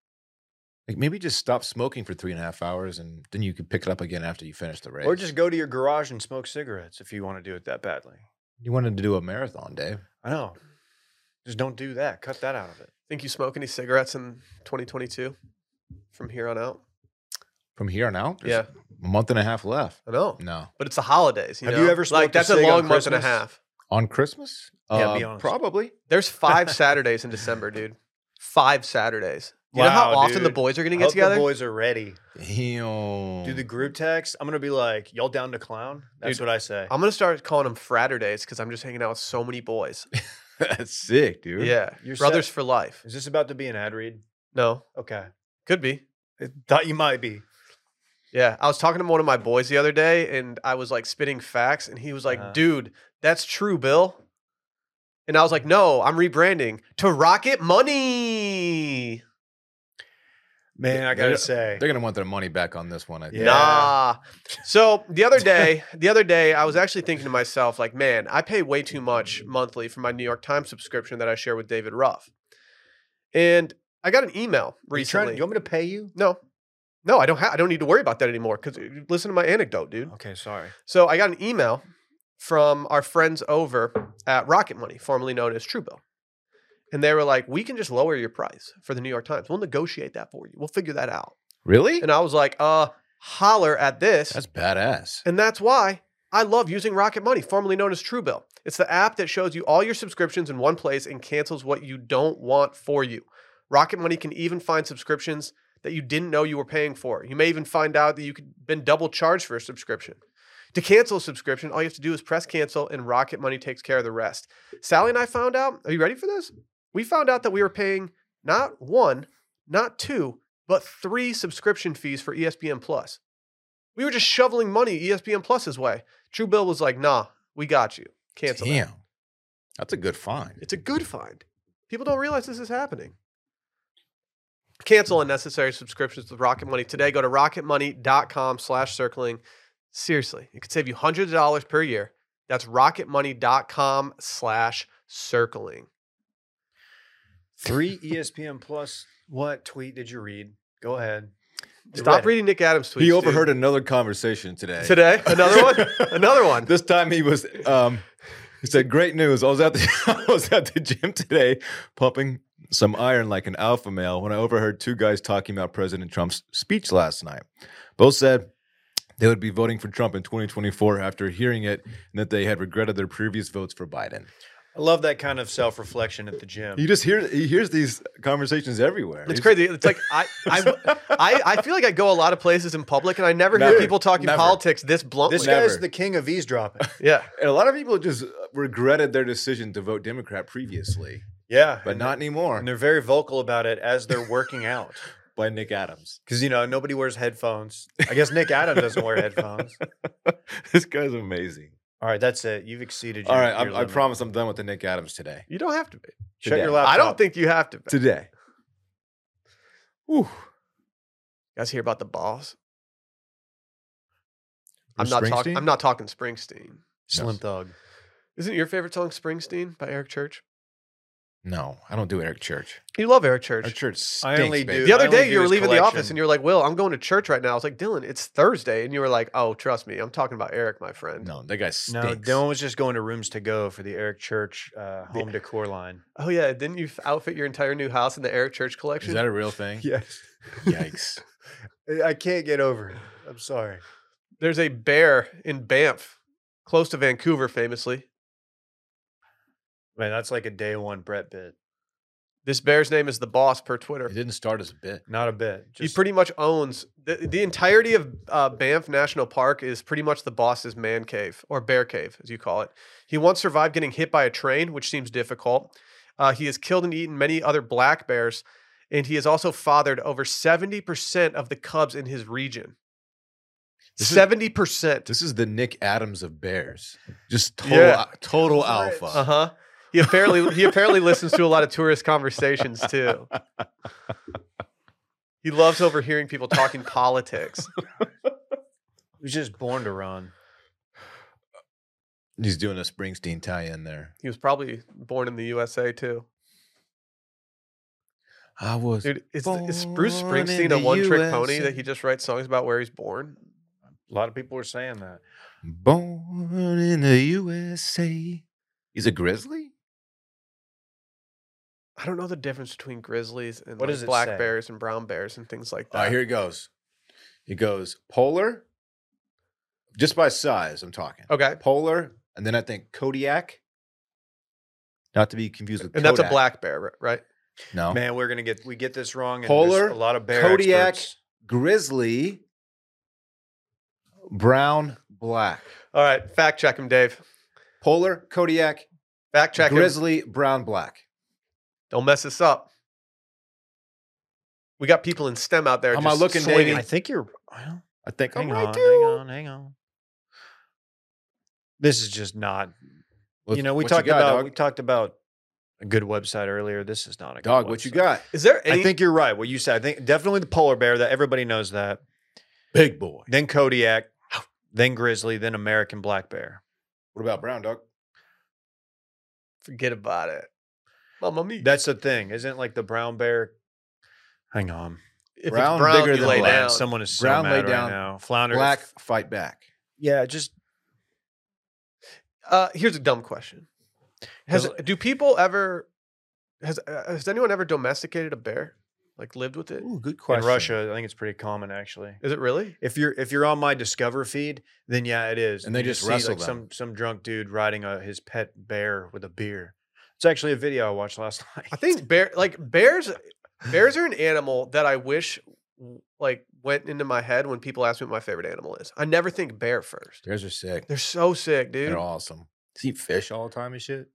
C: like maybe just stop smoking for three and a half hours, and then you can pick it up again after you finish the race.
B: Or just go to your garage and smoke cigarettes if you want to do it that badly.
C: you wanted to do a marathon, Dave.
B: I know. Just don't do that. Cut that out of it.
A: Think you smoke any cigarettes in 2022 from here on out?
C: From here on out, there's
A: Yeah,
C: a month and a half left.
A: I know.
C: No,
A: But it's the holidays. You
B: Have
A: know?
B: you ever
A: like
B: smoked a
A: that's a
B: cig on
A: long month and a
B: Christmas?
A: half?
C: on Christmas, Uh,
B: Yeah, be honest.
C: probably.
A: There's five Saturdays in December, dude. Five Saturdays. You know how
B: Wow,
A: often the
B: dude.
A: boys are going to
B: I
A: get
B: hope
A: together? Mm.
B: the boys are ready.
C: Damn.
B: Do the group text. I'm gonna be like, y'all down to clown? That's
A: Dude,
B: what I say.
A: I'm going to start calling them Fraterdays because I'm just hanging out with so many boys.
C: That's sick, dude.
A: yeah.
B: You're
A: Brothers for life.
B: Is this about to be an ad read?
A: No,
B: Okay.
A: could be.
B: I thought you might be.
A: Yeah. I was talking to one of my boys the other day and I was like spitting facts and he was like,
B: Uh-huh.
A: dude, that's true, Bill. And I was like, no, I'm rebranding to Rocket Money.
B: Man, I
C: They're-
B: gotta say.
C: They're gonna want their money back on this one. I think.
B: Yeah.
A: Nah. So the other day, the other day, I was actually thinking to myself, like, man, I pay way too much monthly for my New York Times subscription that I share with David Ruff. And I got an email
B: You trying-
A: recently.
B: you want me to pay you?
A: no, no, I don't. Ha- I don't need to worry about that anymore. Because listen to my anecdote, dude.
B: Okay, sorry.
A: So I got an email from our friends over at Rocket Money, formerly known as Truebill. And they were like, we can just lower your price for the New York Times. We'll negotiate that for you. We'll figure that out.
C: Really?
A: And I was like, uh, holler at this.
C: That's badass.
A: And that's why I love using Rocket Money, formerly known as Truebill. It's the app that shows you all your subscriptions in one place and cancels what you don't want for you. Rocket Money can even find subscriptions that you didn't know you were paying for. You may even find out that you've been double charged for a subscription. To cancel a subscription, all you have to do is press cancel and Rocket Money takes care of the rest. Sally and I found out, are you ready for this? We found out that we were paying not one, not two, but three subscription fees for E ESPN Plus. We were just shoveling money E ESPN Plus's way. True Bill was like, nah, we got you. Cancel that.
C: Damn. That's a good find.
A: It's a good find. People don't realize this is happening. Cancel unnecessary subscriptions with Rocket Money today. Go to rocketmoney.com slash circling. Seriously, it could save you hundreds of dollars per year. That's rocketmoney.com slash circling.
B: Three E ESPN plus what tweet did you read? Go ahead.
A: Stop
B: Reddit.
A: reading Nick Adams' tweets.
C: he overheard
A: dude.
C: another conversation today.
A: Today? Another one? Another one.
C: This time he was. Um, he said, "Great news! I was at the I was at the gym today, pumping some iron like an alpha male. When I overheard two guys talking about President Trump's speech last night, both said." They would be voting for Trump in 2024 after hearing it, and that they had regretted their previous votes for Biden.
B: I love that kind of self reflection at the gym.
C: You just hear he hears these conversations everywhere.
A: It's
C: He's-
A: crazy. It's like I, I, I, I feel like I go a lot of places in public and I never hear
C: Never.
A: people talking
C: Never.
A: politics this bluntly.
B: This
C: Never.
B: guy's the king of eavesdropping.
A: yeah.
C: And a lot of people just regretted their decision to vote Democrat previously,
B: yeah.
C: but
B: and-
C: not anymore.
B: And they're very vocal about it as they're working out.
C: By Nick Adams.
B: Because, you know, nobody wears headphones. I guess Nick Adam doesn't wear headphones.
C: this guy's amazing.
B: All right, that's it. You've exceeded your
C: All right,
B: your
C: I, I
B: limit.
C: promise I'm done with the Nick Adams today.
A: You don't have to be.
B: Shut
C: today.
B: your laptop.
A: I don't think you have to be.
C: Today. Whew.
A: You guys hear about the boss?
C: Bruce
A: I'm not talking.
C: Springsteen?
A: I'm not talking Springsteen.
B: Slim
C: Yes.
B: Thug.
A: Isn't your favorite song Springsteen by Eric Church?
C: No, I don't do Eric Church.
A: You love Eric Church.
C: Eric Church stinks.
B: I only do-
C: baby.
A: the other
B: I only
A: day you
B: do
A: were
B: his
A: leaving the office
B: collection.
A: and you were like, "Will, I'm going to church right now." I was like, "Dylan, it's Thursday," and you were like, "Oh, trust me, I'm talking about Eric, my friend."
C: No, that guy
B: No,
C: stinks.
B: Dylan was just going to rooms to go for the Eric Church uh, home decor line.
A: Oh yeah, didn't you f- outfit your entire new house in the Eric Church collection?
C: Is that a real thing?
B: Yes.
C: Yikes.
B: I can't get over it. I'm sorry.
A: There's a bear in Banff, close to Vancouver, famously.
B: Man, that's like a day one Brett bit.
A: This bear's name is the boss per Twitter.
C: It didn't start as a bit.
B: Not a bit.
A: he pretty much owns the, the entirety of uh, Banff National Park is pretty much the boss's man cave or bear cave, as you call it. He once survived getting hit by a train, which seems difficult. Uh, he has killed and eaten many other black bears, and he has also fathered over seventy percent of the cubs in his region.
C: This is-
A: Seventy percent.
C: This is the Nick Adams of Bears. Just total,
A: Yeah.
C: total
B: Right.
C: alpha.
A: Uh huh. He apparently he apparently listens to a lot of tourist conversations too. He loves overhearing people talking politics.
B: he was just born to run.
C: He's doing a Springsteen tie-in there.
A: He was probably born in the USA too.
C: I was.
A: Dude, is, is Bruce
C: Born in
A: Springsteen
C: the
A: a one trick pony
C: USA.
A: that he just writes songs about where he's born?
B: A lot of people are saying that.
C: Born in the USA. He's a grizzly?
A: I don't know the difference between grizzlies and
B: What
A: like,
B: does it
A: black
B: say?
A: bears and brown bears and things like
C: All right,
A: that.
C: here it goes. He goes polar, just by size, I'm talking.
A: okay.
C: Polar, and then I think Kodiak. Not to be confused with
A: And that's a
C: Kodak.
A: black bear, ri- right?
C: No.
B: Man, we're gonna get we get this wrong. And
C: Oh. Polar,
B: there's a lot of bear
C: Kodiak.
B: experts.
C: Grizzly, brown, black.
A: All right. Fact check him, Dave.
C: Polar, Kodiak,
A: Fact check him.
C: grizzly, brown, black.
A: Don't mess this up. We got people in STEM out there.
C: How am I
A: just
C: looking,
A: slinging.
C: Davey?
B: I think you're. Well,
C: I think
B: hang
C: I'm right,
B: on, hang
C: dude.
B: on, hang on. This is just not.
C: What-
B: you know, we
C: what
B: talked
C: got,
B: about we
C: dog.
B: talked about a good website earlier. This is not a
C: Dog,
B: Good
C: what you
B: website.
C: got?
A: Is there any?
B: I think you're right. What you said. I think definitely the polar bear that everybody knows that.
C: Big boy.
B: Then Kodiak, then grizzly, then American black bear.
C: What about brown, dog?
A: Forget about it. Mamma mia.
B: That's the thing, isn't like the brown bear. Hang on,
A: if
C: brown
A: it's brown,
C: bigger
A: you
C: than
A: lay
C: black.
A: down.
B: Someone is so
C: Brown
B: mad
C: lay
B: right
C: down.
B: now. Flounder,
C: Black, fight back.
B: Yeah, just
A: Uh, here's a dumb question. Has do people ever has uh, has anyone ever domesticated a bear? Like lived with it?
C: Ooh, good
B: in Russia. I think it's pretty common actually.
A: Is it really?
B: If you're if you're on my Discover feed, then yeah, it is.
C: And they
B: you
C: just
B: see,
C: wrestle
B: like some some drunk dude riding a, his pet bear with a beer. It's actually a video I watched last night.
A: I think bear like bears bears are an animal that I wish like went into my head when people ask me what my favorite animal is. I never think bear first.
C: Bears are sick.
A: They're so sick, dude.
C: They're awesome. Does he fish all the time and shit?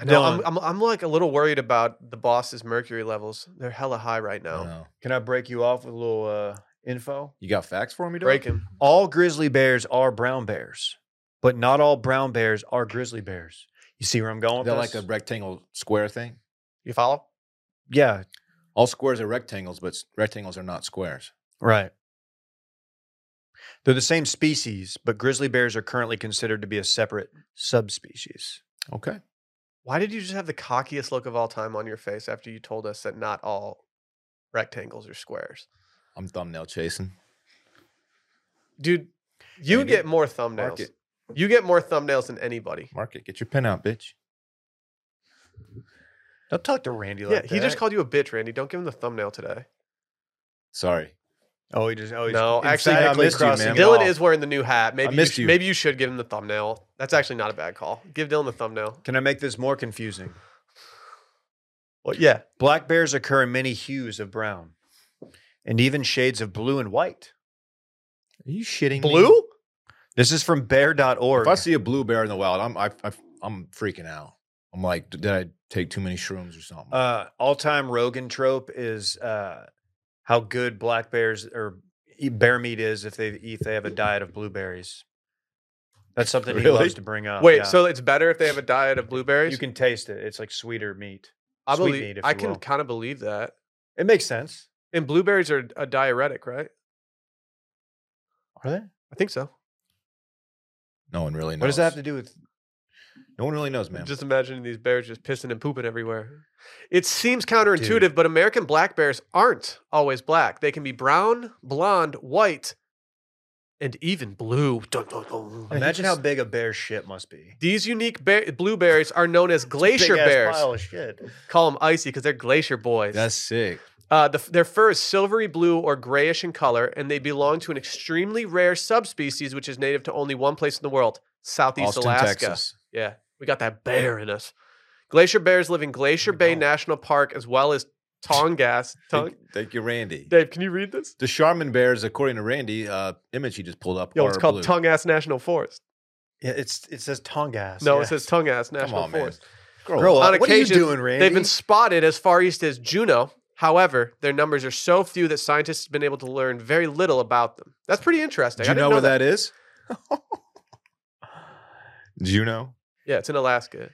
A: I know. I'm,
B: Dylan.
A: I'm I'm like a little worried about the boss's mercury levels. They're hella high right now.
C: No.
B: Can I break you off with a little uh, info?
C: You got facts for me, dog?
A: Break him.
B: All grizzly bears are brown bears, but not all brown bears are grizzly bears. You see where I'm going? with
C: They're
B: this?
C: like a rectangle square thing.
A: You follow?
B: yeah,
C: All squares are rectangles, but s- rectangles are not squares.
B: right. They're the same species, but grizzly bears are currently considered to be a separate subspecies.
C: Okay.
A: Why did you just have the cockiest look of all time on your face after you told us that not all rectangles are squares?
C: I'm thumbnail chasing.
A: Dude, you
C: Andy,
A: get more
C: Mark
A: thumbnails.
C: it.
A: You get more thumbnails than anybody.
C: Mark it. Get your pen out, bitch.
B: Don't talk to Randy
A: yeah,
B: like that.
A: he just called you a bitch, Randy. Don't give him the thumbnail today.
C: Sorry.
B: Oh, he just. Oh, he's
A: No, actually, I
B: emphatically
C: missed you,
B: crossing
C: man.
B: it
A: Dylan
B: off.
A: is wearing the new hat. Maybe you,
C: missed
A: sh-
C: you.
A: maybe you should give him the thumbnail. That's actually not a bad call. Give Dylan the thumbnail.
B: Can I make this more confusing?
A: Well, yeah.
B: Black bears occur in many hues of brown, and even shades of blue and white.
C: Are you shitting me?
A: Blue?
B: This is from bear.org.
C: If I see a blue bear in the wild, I'm I, I, I'm freaking out. I'm like, did I take too many shrooms or something?
B: uh, all-time Rogan trope is uh, how good black bears or e- bear meat is if they if they have a diet of blueberries. That's something he
C: Really?
B: loves to bring up.
A: Wait,
B: yeah.
A: so it's better if they have a diet of blueberries?
B: you can taste it. It's like sweeter meat.
A: I
B: sweeten
A: believe
B: it, if
A: I
B: you
A: can
B: will.
A: kind of believe that.
B: It makes sense.
A: And blueberries are a diuretic, right?
B: Are they?
A: I think so.
C: no one really knows.
B: What does that have to do with?
C: No one really knows, man.
A: Just imagining these bears just pissing and pooping everywhere. It seems counterintuitive, but American black bears aren't always black. They can be brown, blonde, white, and even blue. Dun, dun, dun.
C: Yeah, he
B: Imagine
C: just-
B: how big a bear shit must be.
A: These unique bear- blueberries are known as glacier
B: Big-ass
A: bears.
B: Pile of shit.
A: Call them icy because they're glacier boys.
C: That's sick.
A: Uh, the, their fur is silvery blue or grayish in color, and they belong to an extremely rare subspecies, which is native to only one place in the world, Southeast
C: Austin,
A: Alaska.
C: Texas.
A: Yeah, we got that bear in us. Glacier bears live in Glacier Bay National Park as well as Tongass. Tong-
C: Thank, thank you, Randy.
A: Dave, can you read this?
C: The Charmin bears, according to Randy, uh, image he just pulled up.
A: Yo, it's
C: are
A: called
C: blue.
A: Tongass National Forest.
B: Yeah, it's it says Tongass.
A: No,
B: yeah.
A: it says Tongass
C: Come
A: National
C: on, man.
A: Forest.
C: Grow
B: Grow
C: up.
B: up.
A: on
B: what
A: occasion,
B: are you doing, Randy?
A: They've been spotted as far east as Juneau. However, their numbers are so few that scientists have been able to learn very little about them. That's pretty interesting.
C: Do you
A: I didn't
C: know
A: know
C: where that is? Do you know?
A: Yeah, it's in Alaska.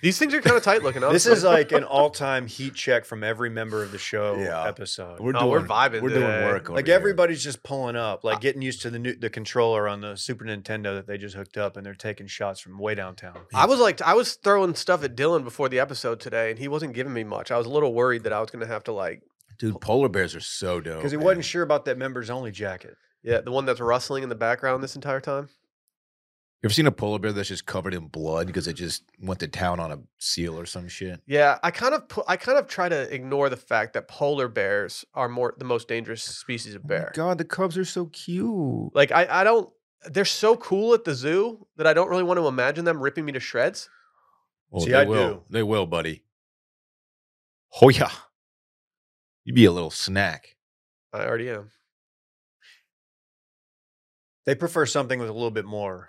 A: These things are kind of tight looking.
B: this
A: honestly.
B: is like an all-time heat check from every member of the show
C: Yeah.
B: episode.
A: No, oh, we're vibing
C: We're
A: today.
C: doing work. Over
B: like
C: here.
B: everybody's just pulling up, like getting used to the new the controller on the Super Nintendo that they just hooked up, and they're taking shots from way downtown.
A: I was like, I was throwing stuff at Dylan before the episode today, and he wasn't giving me much. I was a little worried that I was going to have to like,
C: Dude, polar bears are so dope.
B: because he
C: man.
B: wasn't sure about that members only jacket.
A: yeah, the one that's rustling in the background this entire time.
C: You ever seen a polar bear that's just covered in blood because it just went to town on a seal or some shit?
A: Yeah, I kind of, pu- I kind of try to ignore the fact that polar bears are more the most dangerous species
B: Oh
A: of bear.
C: God, the cubs are so cute.
A: Like I, I don't. They're so cool at the zoo that I don't really want to imagine them ripping me to shreds.
C: Well,
B: See,
C: they
B: I
C: will.
B: do.
C: They will, buddy. Oh yeah, you'd be a little snack.
A: I already am.
B: They prefer something with a little bit more,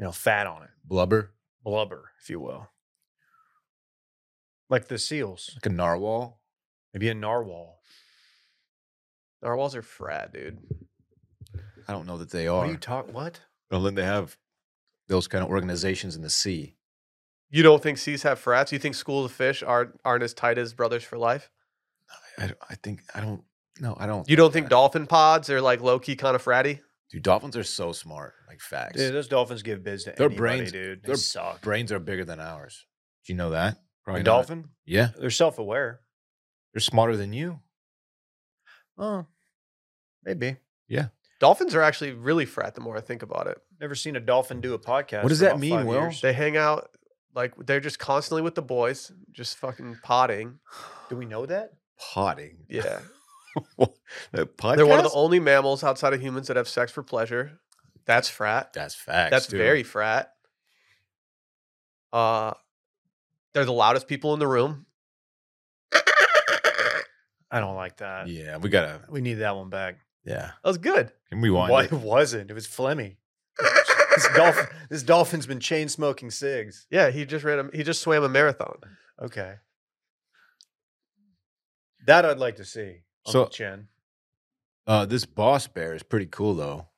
B: you know, fat on it,
C: Blubber,
B: blubber, if you will. Like the seals,
C: like a narwhal.
B: maybe a narwhal.
A: Narwhals are frat, dude.
C: I don't know that they
B: What
C: are.
B: are you talk? What?
C: I
A: oh,
C: don't think they have those kind of organizations in the sea.
A: You don't think seas have frats? You think schools of fish aren't aren't as tight as brothers for life?
C: I, I think I don't. No, I don't.
A: You don't think
C: that.
A: dolphin pods are like low key kind of fratty?
C: Dude, dolphins are so smart. Like facts.
B: Dude, those dolphins give biz to
C: Their
B: anybody,
C: brains-
B: dude. They
C: their
B: suck.
C: Brains are bigger than ours. Do you know that?
B: a
C: not.
B: dolphin?
C: Yeah,
B: They're self-aware.
C: they're smarter than you.
B: Oh, maybe.
A: Dolphins are actually really frat. The more I think about it,
B: Never seen a dolphin do a podcast.
C: What does
B: for
C: that
B: about
C: mean,
B: five
C: Will?
B: years.
A: they hang out like they're just constantly with the boys, just fucking potting.
B: Do we know that?
C: Potting.
A: Yeah,
C: That podcast?
A: they're one of the only mammals outside of humans that have sex for pleasure. That's frat.
C: That's facts.
A: That's
C: dude.
A: very frat. Uh, they're the loudest people in the room.
B: I don't like that.
C: Yeah, we gotta.
B: We need that one back.
C: Yeah,
A: That was good.
C: can we want?
B: Why it wasn't? It was Flemmy. this dolphin. This dolphin's been chain smoking cigs.
A: Yeah, he just ran. A, he just swam a marathon.
B: Okay. That I'd like to see.
C: So-
B: So Chen,
C: Uh, this boss bear is pretty cool though,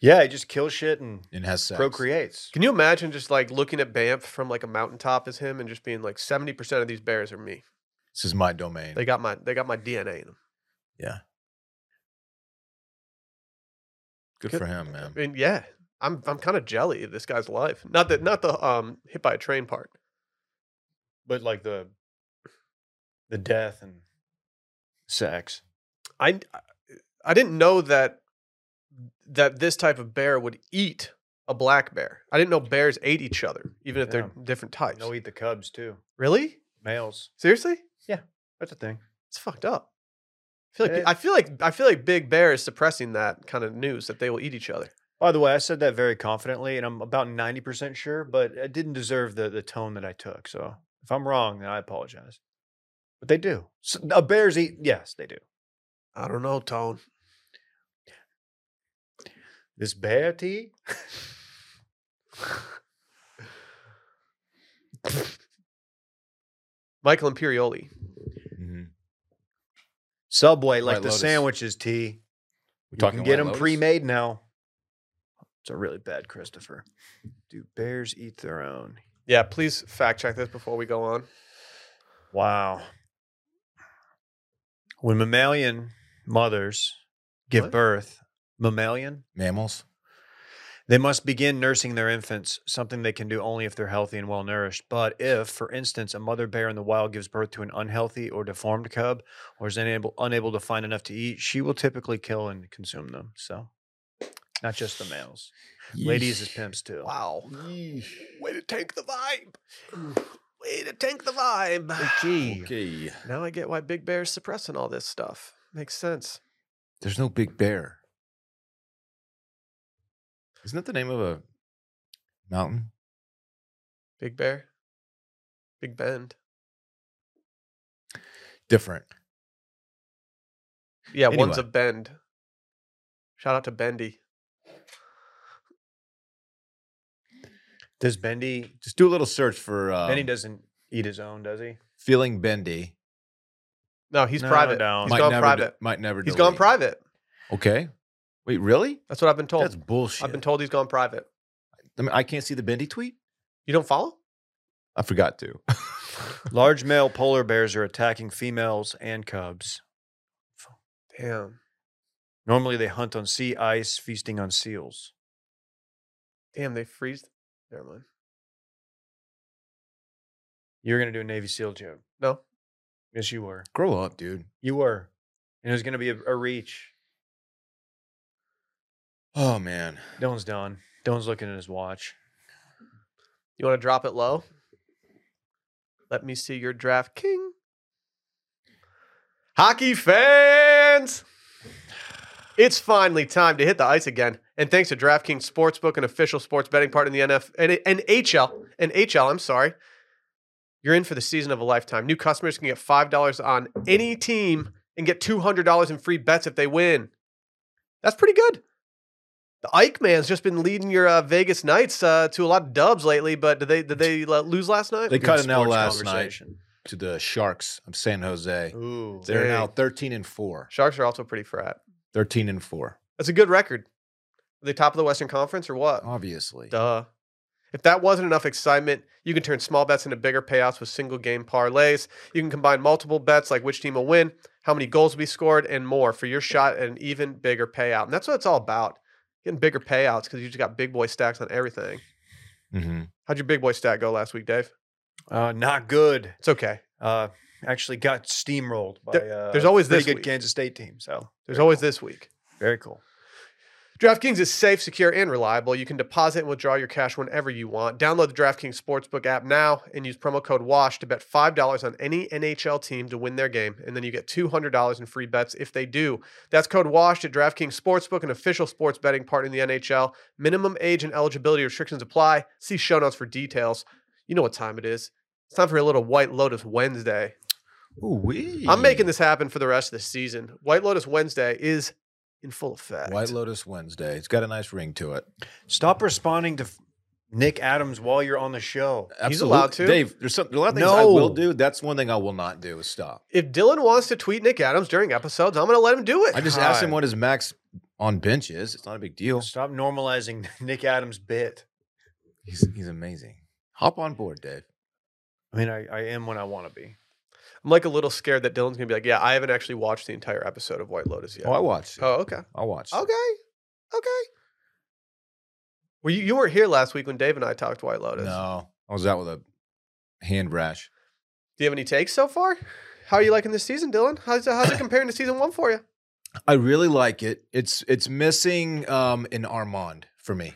B: yeah, he just kills shit and
C: and has sex.
B: procreates.
A: Can you imagine just like looking at Banff from like a mountaintop as him and just being like seventy percent of these bears are me.
C: This is my domain.
A: They got my they got my DNA in them.
C: Good for him, man.
A: I mean, yeah, I'm I'm kind of jelly of this guy's life. Not that not the um hit by a train part.
B: But like the the death and sex.
A: I I didn't know that that this type of bear would eat a black bear. I didn't know bears ate each other, even if they're
B: Yeah.
A: different types.
B: They'll eat the cubs too.
A: Really?
B: Males.
A: Seriously?
B: That's a thing.
A: It's fucked up. I feel like
B: It-
A: I feel like I feel like Big Bear is suppressing that kind of news that they will eat each other.
B: By the way, I said that very confidently, and I'm about ninety percent sure, but it didn't deserve the the tone that I took. So if I'm wrong, then I apologize. But they do. S- uh, bears eat. Yes, they do.
A: I don't know, Tone.
B: This bear tea.
A: Michael Imperioli.
C: Mhm.
B: Subway, like
C: White
B: the
C: Lotus.
B: sandwiches tea.
C: We
B: You can get
C: White
B: them
C: Lotus?
B: pre-made now. It's a really bad Christopher. Do bears eat their own?
A: Yeah, please fact check this before we go on.
B: Wow. When mammalian mothers give
A: What?
B: birth, mammalian,
C: mammals.
B: They must begin nursing their infants, something they can do only if they're healthy and well nourished. But if, for instance, a mother bear in the wild gives birth to an unhealthy or deformed cub or is unable, unable to find enough to eat, she will typically kill and consume them. So, not just the males, ladies as pimps too.
A: Wow. Way to tank the vibe. Way to tank the vibe.
C: Okay.
A: Now I get why Big Bear's suppressing all this stuff. Makes sense.
C: There's no big bear. Isn't that the name of a mountain?
A: Big Bear, Big Bend.
C: Different.
A: Yeah, one's a
C: Anyway.
A: bend. Shout out to Bendy.
B: Does Bendy?
C: Just do a little search for uh,
A: Um
B: Bendy doesn't eat his own, does he?
C: feeling bendy.
A: No, he's
B: No,
A: private.
B: don't.
A: He's
B: Might
A: gone
C: never,
A: private.
C: de- might never.
A: He's gone
C: delete.
A: private.
C: Okay. Wait, really?
A: That's what I've been told.
C: That's bullshit.
A: I've been told he's gone private.
C: I, mean, I can't see the bendy tweet.
A: You don't follow?
C: I forgot to.
B: Large male polar bears are attacking females and cubs.
A: Damn.
B: Normally, they hunt on sea ice, feasting on seals.
A: Damn, they freeze. Never mind.
B: You're gonna do a Navy SEAL joke.
A: No.
B: Yes, you were.
C: Grow up, dude.
B: You were. And it was gonna be a, a reach.
C: Oh man.
B: Dylan's done. Dylan's looking at his watch.
A: You want to drop it low? Let me see your draft king. Hockey fans! It's finally time to hit the ice again. And thanks to DraftKings Sportsbook, an official sports betting partner in the NF and NHL, and HL, I'm sorry. You're in for the season of a lifetime. New customers can get $5 on any team and get $200 in free bets if they win. That's pretty good. The Ike man's just been leading your uh, Vegas Knights uh, to a lot of dubs lately, but did they did they uh, lose last night?
C: They
B: Good
C: cut an L
B: sports
C: last night
B: conversation.
C: to the Sharks of San Jose.
B: Ooh.
C: They're now
A: Dang.
C: 13 and 4.
A: Sharks are also pretty frat.
C: 13 and 4,
A: That's a good record. Are they top of the Western Conference or
B: Oh,
A: what?
C: obviously.
A: Duh. If that wasn't enough excitement, you can turn small bets into bigger payouts with single game parlays. You can combine multiple bets like which team will win, how many goals will be scored, and more for your shot at an even bigger payout. And that's what it's all about getting bigger payouts because you just got big boy stacks on everything.
C: hmm
A: How'd your big boy stack go last week, Dave?
B: Uh, not good.
A: It's okay.
B: Uh, actually got steamrolled by. Uh,
A: there's always
B: pretty
A: this
B: good
A: week.
B: Kansas State team. So
A: There's
B: very
A: always
B: cool.
A: this week.
B: very cool.
A: DraftKings is safe, secure, and reliable. You can deposit and withdraw your cash whenever you want. Download the DraftKings Sportsbook app now and use promo code WASH to bet $5 on any NHL team to win their game. And then you get $200 in free bets if they do. That's code WASH at DraftKings Sportsbook, an official sports betting partner in the NHL. Minimum age and eligibility restrictions apply. See show notes for details. You know what time it is. It's time for a little White Lotus Wednesday.
C: Ooh, wee.
A: I'm making this happen for the rest of the season. White Lotus Wednesday is in full effect.
C: White Lotus Wednesday. It's got a nice ring to it.
B: Stop responding to
A: Nick
B: Adams while you're on the show.
A: He's allowed
C: Absolute-
A: to?
C: Dave, there's some, a lot of things I will
B: No.
C: do. That's one thing I will not do is stop.
A: if Dylan wants to tweet Nick Adams during episodes, I'm going to let him do it.
C: I just asked him
B: God.
C: what his max on bench is. It's not a big deal.
B: Stop normalizing Nick Adams' bit.
C: He's, he's amazing. Hop on board, Dave.
B: I mean, I, I am when I want to be.
A: I'm like a little scared that Dylan's going to be like, "Yeah, I haven't actually watched the entire episode of White Lotus yet."
C: Oh, I watched. it.
A: oh, okay,
C: I watched. it.
A: okay, okay. Well, you, you weren't here last week when Dave and I talked White Lotus.
C: No, I was out with a hand rash.
A: Do you have any takes so far? How are you liking this season, Dylan? How's it, how's it comparing to season one for you?
C: I really like it. It's it's missing um an Armand for me.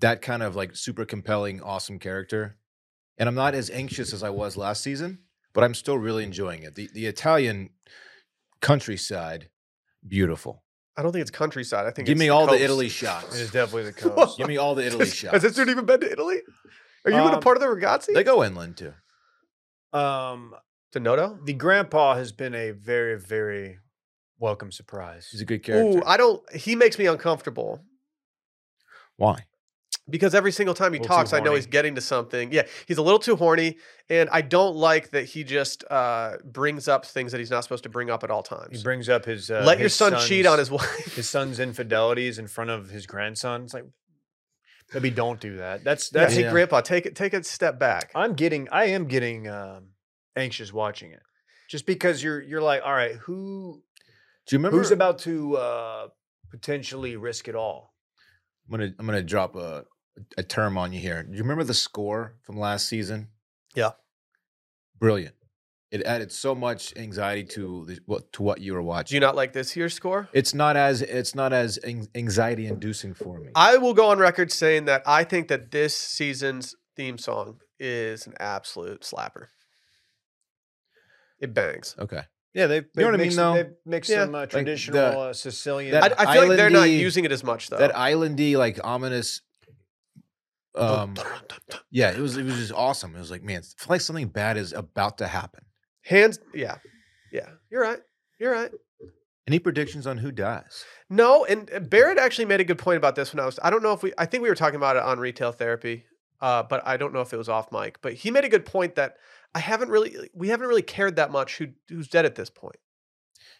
C: That kind of like super compelling, awesome character. And I'm not as anxious as I was last season, but I'm still really enjoying it. The the Italian countryside, beautiful.
A: I don't think it's countryside. I think
C: Give
A: it's
C: me all
A: coast.
C: the Italy
B: It is
C: shots.
B: definitely the coast.
C: Give me all the Italy
A: Has- Has
C: shots.
A: this dude even been to Italy? Are you in a
B: Um,
A: part of the Ragazzi?
C: They go inland too.
B: um,
A: to Noto?
B: the grandpa has been a very, very welcome surprise.
C: He's a good character.
A: Ooh, I don't. He makes me uncomfortable.
C: Why?
A: because every single time he
B: Little too
A: talks, I know he's
B: horny.
A: getting to something. Yeah, he's a little too horny, and I don't like that he just uh, brings up things that he's not supposed to bring up at all
B: He
A: times.
B: brings up his uh,
A: Let your
B: his
A: son cheat on
B: son's-
A: his wife.
B: his son's infidelities in front of his grandson. It's like maybe don't do that. That's that's.
A: yeah. hey,
C: Yeah.
A: grandpa, take it. Take a step back.
B: I'm getting. I am getting um, anxious watching it, just because you're you're like, all right, who
C: Do you remember?
B: who's about to uh, potentially risk it all?
C: I'm gonna I'm gonna drop a a term on you here. Do you remember the score from last season?
A: Yeah.
C: brilliant. It added so much anxiety to the, what to what you were
A: Do
C: watching.
A: you not like this year's score?
C: it's not as it's not as anxiety inducing for me.
A: I will go on record saying that I think that this season's theme song is an absolute slapper. It bangs.
C: okay, yeah, they you know what I mean
B: mixed-
C: though.
B: They've mixed
A: Yeah.
B: some uh,
C: the-
B: traditional uh, Sicilian.
A: I,
C: That
A: I feel like they're not
C: islandy-
A: using it as much though.
C: That islandy like ominous
A: Oh,
C: Um, yeah, it was it was just awesome. It was like, man, it's like something bad is about to happen.
A: Hands. Yeah. Yeah. You're right. You're right.
C: Any predictions on who dies?
A: No, and uh, Barrett actually made a good point about this when I was. I don't know if we. I think we were talking about it on retail therapy, uh, but I don't know if it was off mic. But he made a good point that I haven't really. We haven't really cared that much who who's dead at this point.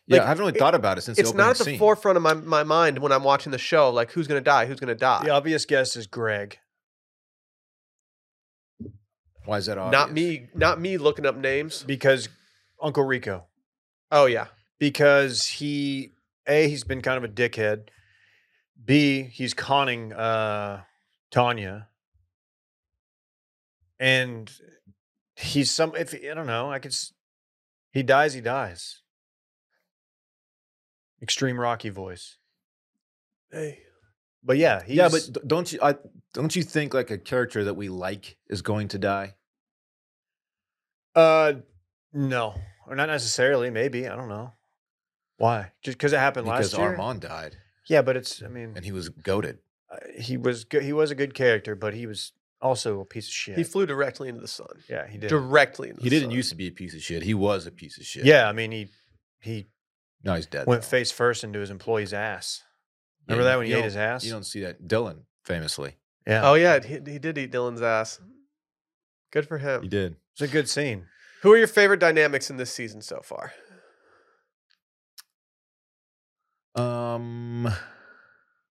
C: Yeah,
A: Like,
C: I haven't really
A: it-
C: thought about it since
A: It's
C: the opening
A: not at the
C: scene.
A: forefront of my, my mind when I'm watching the show. Like who's gonna die? Who's gonna die?
B: The obvious guess is Greg.
C: Why is that? Obvious?
A: not me. Not me looking up names.
B: because Uncle Rico,
A: Oh yeah.
B: because he a he's been kind of a dickhead. B he's conning uh, Tanya, and he's some. If I don't know, I could. s- He dies. He dies. Extreme Rocky voice,
A: Hey.
B: but yeah, he's,
C: yeah, but d- don't you? I don't you think like a character that we like is going to die?
B: uh, no, or not necessarily. Maybe I don't know why. Just because it happened
C: Because
B: last year.
C: Armand died
B: Yeah, but it's. I mean,
C: and he was goaded.
B: uh, he was good. He was a good character, but he was also a piece of shit.
A: He flew directly into the sun.
B: yeah, he did.
A: Directly. Into
C: He
A: the
C: didn't
A: sun.
C: used to be a piece of shit. He was a piece of shit.
B: yeah, I mean, he he
C: Now he's dead.
B: went
C: though.
B: face first into his employee's ass.
C: Uh, Yeah,
B: Remember
C: you-
B: that when he
C: you
B: ate
C: don't-
B: his ass?
C: You don't see that. Dylan famously,
B: yeah,
A: Oh yeah, he, he did eat Dylan's ass. Good for him.
C: he did.
B: it's a good scene.
A: Who are your favorite dynamics in this season so far?
C: Um,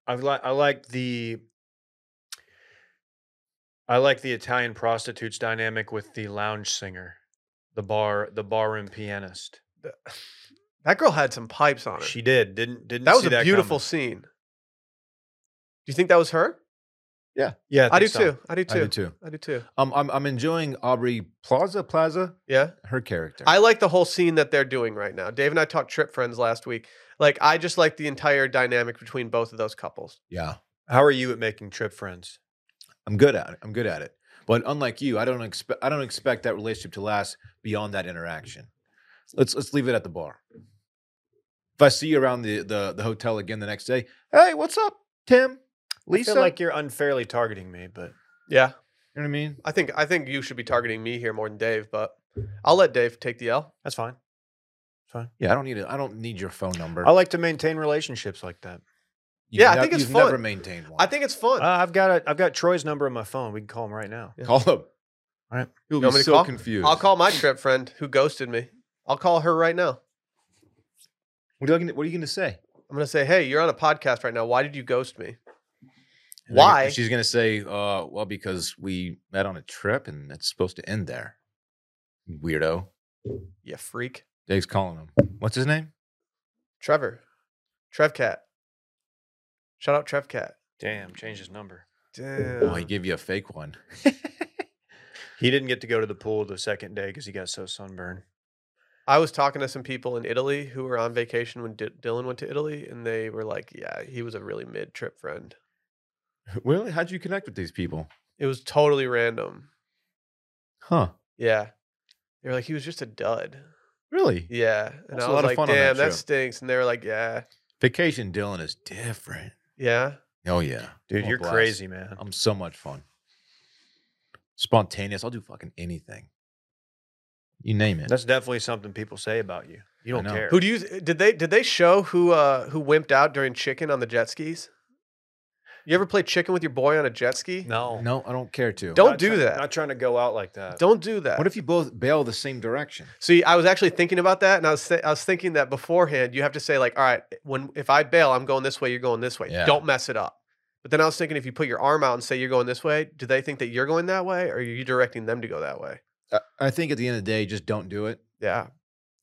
B: I like I like the I like the Italian prostitutes dynamic with the lounge singer, the bar the barroom pianist.
A: That girl had some pipes on her.
B: She did didn't didn't
A: that was
B: see
A: a beautiful
B: coming.
A: scene. Do you think that was her?
B: Yeah,
A: I, do
B: think so.
A: too. I do
C: I
A: too.
C: do too.
A: I do too.
C: Um, I'm I'm enjoying Aubrey Plaza Plaza
A: Yeah.
C: her character.
A: I like the whole scene that they're doing right now. Dave and I talked Trip Friends last week. Like, I just like the entire dynamic between both of those couples.
C: yeah,
B: How are you at making trip friends?
C: I'm good at it. I'm good at it. But unlike you, I don't expect I don't expect that relationship to last beyond that interaction. Let's let's leave it at the bar. If I see you around the the, the hotel again the next day, hey, what's up, Tim? Lisa,
B: I feel like you're unfairly targeting me, but
A: Yeah.
C: you know what I mean?
A: I think I think you should be targeting me here more than Dave, but I'll let Dave take the L.
B: that's fine.
C: Yeah, I don't need it. I don't need your phone number.
B: I like to maintain relationships like that.
C: You've
A: Yeah, I think it's
C: you've
A: fun.
C: never maintained one.
A: I think it's fun.
B: Uh, I've got a, I've got Troy's number on my phone. We can call him right now.
A: Yeah.
C: call him.
B: All right.
C: You'll
A: You want
C: be
A: me to
C: so
A: call?
C: confused.
A: I'll call my Trip friend who ghosted me. I'll call her right now.
C: What are you gonna, what are you gonna say?
A: I'm going to say, hey, you're on a podcast right now. Why did you ghost me?
C: And they're gonna-
A: Why?
C: She's gonna say, uh, well, because we met on a trip and it's supposed to end there. Weirdo.
A: You freak.
C: Dave's calling him. What's his name?
A: Trevor. Trevcat. Shout out Trevcat.
B: Damn, change his number.
A: Damn.
C: Oh, he gave you a fake one.
B: He didn't get to go to the pool the second day because he got so sunburned.
A: I was talking to some people in Italy who were on vacation when D- Dylan went to Italy, and they were like, "Yeah, he was a really mid trip friend.
C: really? How'd you connect with these people?
A: It was totally random."
C: Huh?
A: Yeah, they were like, "He was just a dud."
C: Really?
A: Yeah, and
C: That's
A: I
C: a
A: was
C: lot of
A: like,
C: fun on that
A: "Damn, that
C: trip."
A: stinks." And they were like, "Yeah,
C: Vacation Dylan is different.
A: yeah."
C: Oh yeah,
B: Dude,
C: I'm a
B: you're
C: blast.
B: crazy, man.
C: I'm so much fun. Spontaneous. I'll do fucking anything. You name it.
B: That's definitely something people say about you. You
C: I
B: don't
C: know.
B: care.
A: Who do you did they did they show who uh who wimped out during chicken on the jet skis? You ever play chicken with your boy on a jet ski?
B: no,
C: no, I don't care to.
A: Don't
B: Not
A: do
B: try-
A: that.
B: Not trying to go out like that.
A: Don't do that.
C: What if you both bail the same direction?
A: See, I was actually thinking about that, and I was th- I was thinking that beforehand. You have to say like, all right, when if I bail, I'm going this way. You're going this way.
C: Yeah.
A: Don't mess it up. But then I was thinking, if you put your arm out and say you're going this way, do they think that you're going that way, or are you directing them to go that way?
C: I- I think at the end of the day, just don't do it.
A: Yeah,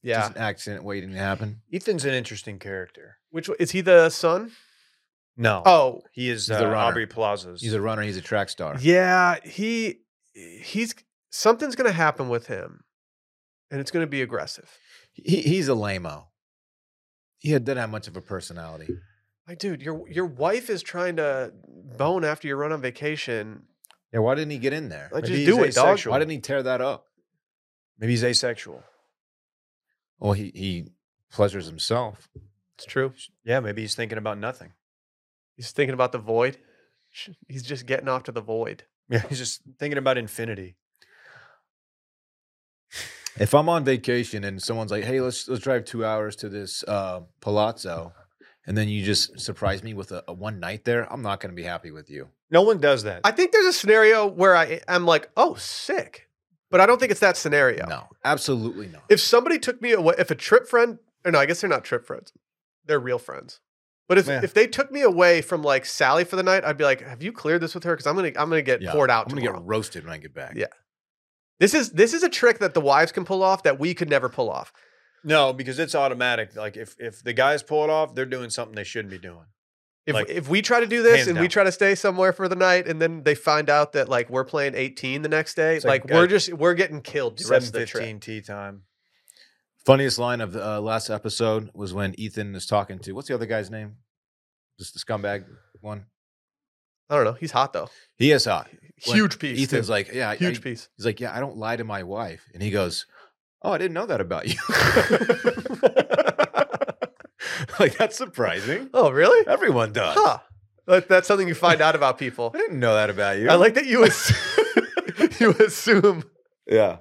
A: yeah.
C: Just an accident waiting to happen.
B: Ethan's an interesting character.
A: Which one- is he the son?
B: No.
A: Oh,
B: he is
C: He's the
B: uh,
C: runner.
B: Aubrey Plaza's.
C: He's a runner. He's a track star.
A: yeah. He he's something's gonna happen with him, and it's gonna be aggressive.
C: He, he's a lameo. He had- didn't have much of a personality.
A: Like, dude, your your wife is trying to bone after you run on vacation.
C: Yeah, why didn't he get in there?
A: Like,
B: Maybe
A: just
B: he's
A: do it, dog.
B: asexual.
C: Why didn't he tear that up?
B: Maybe he's asexual.
C: Well, he he pleasures himself.
A: It's true.
B: Yeah, maybe he's thinking about nothing.
A: He's thinking about the void. Sh- He's just getting off to the void.
B: Yeah, he's just thinking about infinity.
C: If I'm on vacation and someone's like, "Hey, let's let's drive two hours to this uh, palazzo," and then you just surprise me with a, a one night there, I'm not going to be happy with you.
B: No one does that.
A: I think there's a scenario where I am like, oh, sick, but I don't think it's that scenario.
C: No, absolutely not.
A: If somebody took me away, if a trip friend, or no, I guess they're not trip friends, they're real friends. But if,
B: Yeah.
A: if they took me away from like Sally for the night, I'd be like, have you cleared this with her? Because I'm gonna I'm gonna get
C: Yeah,
A: poured out.
C: I'm going to
A: tomorrow.
C: get roasted when I get back.
A: Yeah. this is this is a trick that the wives can pull off that we could never pull off.
B: No, because it's automatic. Like if if the guys pull it off, they're doing something they shouldn't be doing.
A: If,
B: Like,
A: if we try to do this
B: hands
A: and we
B: down.
A: try to stay somewhere for the night and then they find out that like we're playing 18 the next day,
B: It's
A: like,
B: like,
A: we're
B: uh,
A: just we're getting killed the
B: Seven
A: rest of the trip.
B: fifteen tea time.
C: Funniest line of the uh, last episode was when Ethan is talking to what's the other guy's name? Just the scumbag one.
A: I don't know. He's hot though.
C: He is hot. When
A: Huge piece.
C: Ethan's
A: dude.
C: like, yeah, I-
A: huge
C: I-
A: piece.
C: He's like, yeah, I don't lie to my wife, and he goes, "Oh, I didn't know that about you." like that's surprising.
A: Oh, really?
C: Everyone does.
A: Huh. That, that's something you find out about people.
C: I didn't know that about you.
A: I like that you ass- you assume
C: yeah.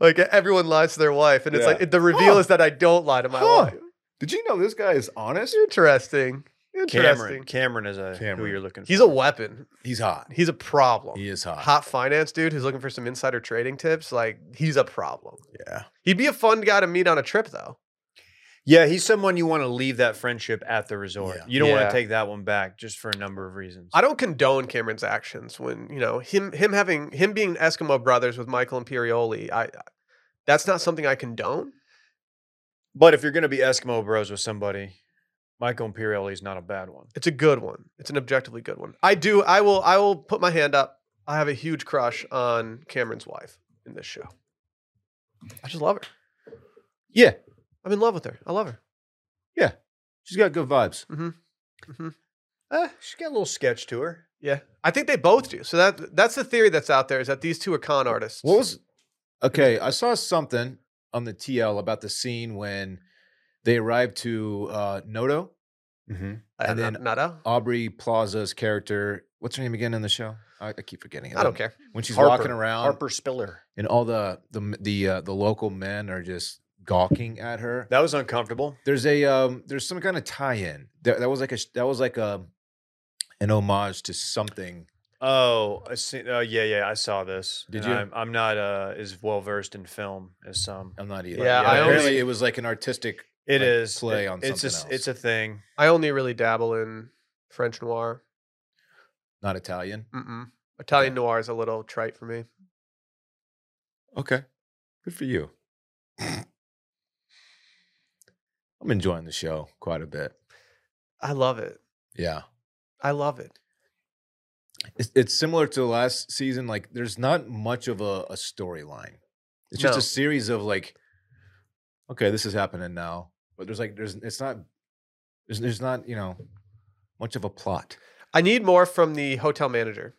A: like everyone lies to their wife, and it's
C: Yeah.
A: like the reveal
C: Huh.
A: is that I don't lie to my
C: Huh.
A: wife.
C: Did you know this guy is honest?
A: Interesting. Interesting.
B: Cameron. Cameron is a who
C: Cameron.
B: you're looking for.
A: He's a weapon.
C: He's hot.
A: He's a problem.
C: He is hot.
A: Hot finance dude who's looking for some insider trading tips. Like he's a problem.
C: Yeah.
A: He'd be a fun guy to meet on a trip though.
B: yeah, he's someone you want to leave that friendship at the resort.
C: Yeah.
B: You don't want
A: Yeah.
B: to take that one back just for a number of reasons.
A: I don't condone Cameron's actions when you know him him having him being Eskimo brothers with Michael Imperioli. I that's not something I condone.
B: but if you're gonna be Eskimo Bros with somebody, Michael Imperioli is not a bad one.
A: It's a good one. It's an objectively good one. I do. I will. I will put my hand up. I have a huge crush on Cameron's wife in this show. I just love her.
C: Yeah.
A: I'm in love with her. I love her.
C: She's got good vibes.
B: Uh, she's got a little sketch to her.
A: Yeah, I think they both do. So that that's the theory that's out there is that these two are con artists.
C: What was okay? I saw something on the TL about the scene when they arrived to uh, Noto.
B: Mm-hmm.
A: and
C: and
A: then
C: then-
A: Nada?
C: Aubrey Plaza's character. What's her name again in the show? I, I keep forgetting.
A: I don't care.
C: When she's
B: Harper.
C: walking around,
B: Harper Spiller.
C: and all the the the uh, the local men are just gawking at her.
B: That was uncomfortable.
C: There's a um, there's some kind of tie-in. That, that was like a sh- that was like a an homage to something.
B: Oh, I see. Uh, yeah, yeah, I saw this.
C: Did
B: and
C: you?
B: I'm, I'm not uh, as well versed in film as some.
C: I'm not either.
A: Yeah,
C: But
B: I only-
C: apparently it was like an artistic.
B: It
C: like,
B: is
C: play
B: It-
C: on
B: it's a,
C: something
B: s- It's a thing.
A: I only really dabble in French noir.
C: not Italian.
A: Mm-mm. Italian noir is a little trite for me.
C: Okay, good for you. I'm enjoying the show quite a bit.
A: I love it.
C: Yeah.
A: I love it.
C: It's, it's similar to last season. Like, there's not much of a, a storyline. It's just
A: No.
C: a series of like, okay, this is happening now, but there's like, there's it's not, there's there's not you know, much of a plot.
A: I need more from the hotel manager.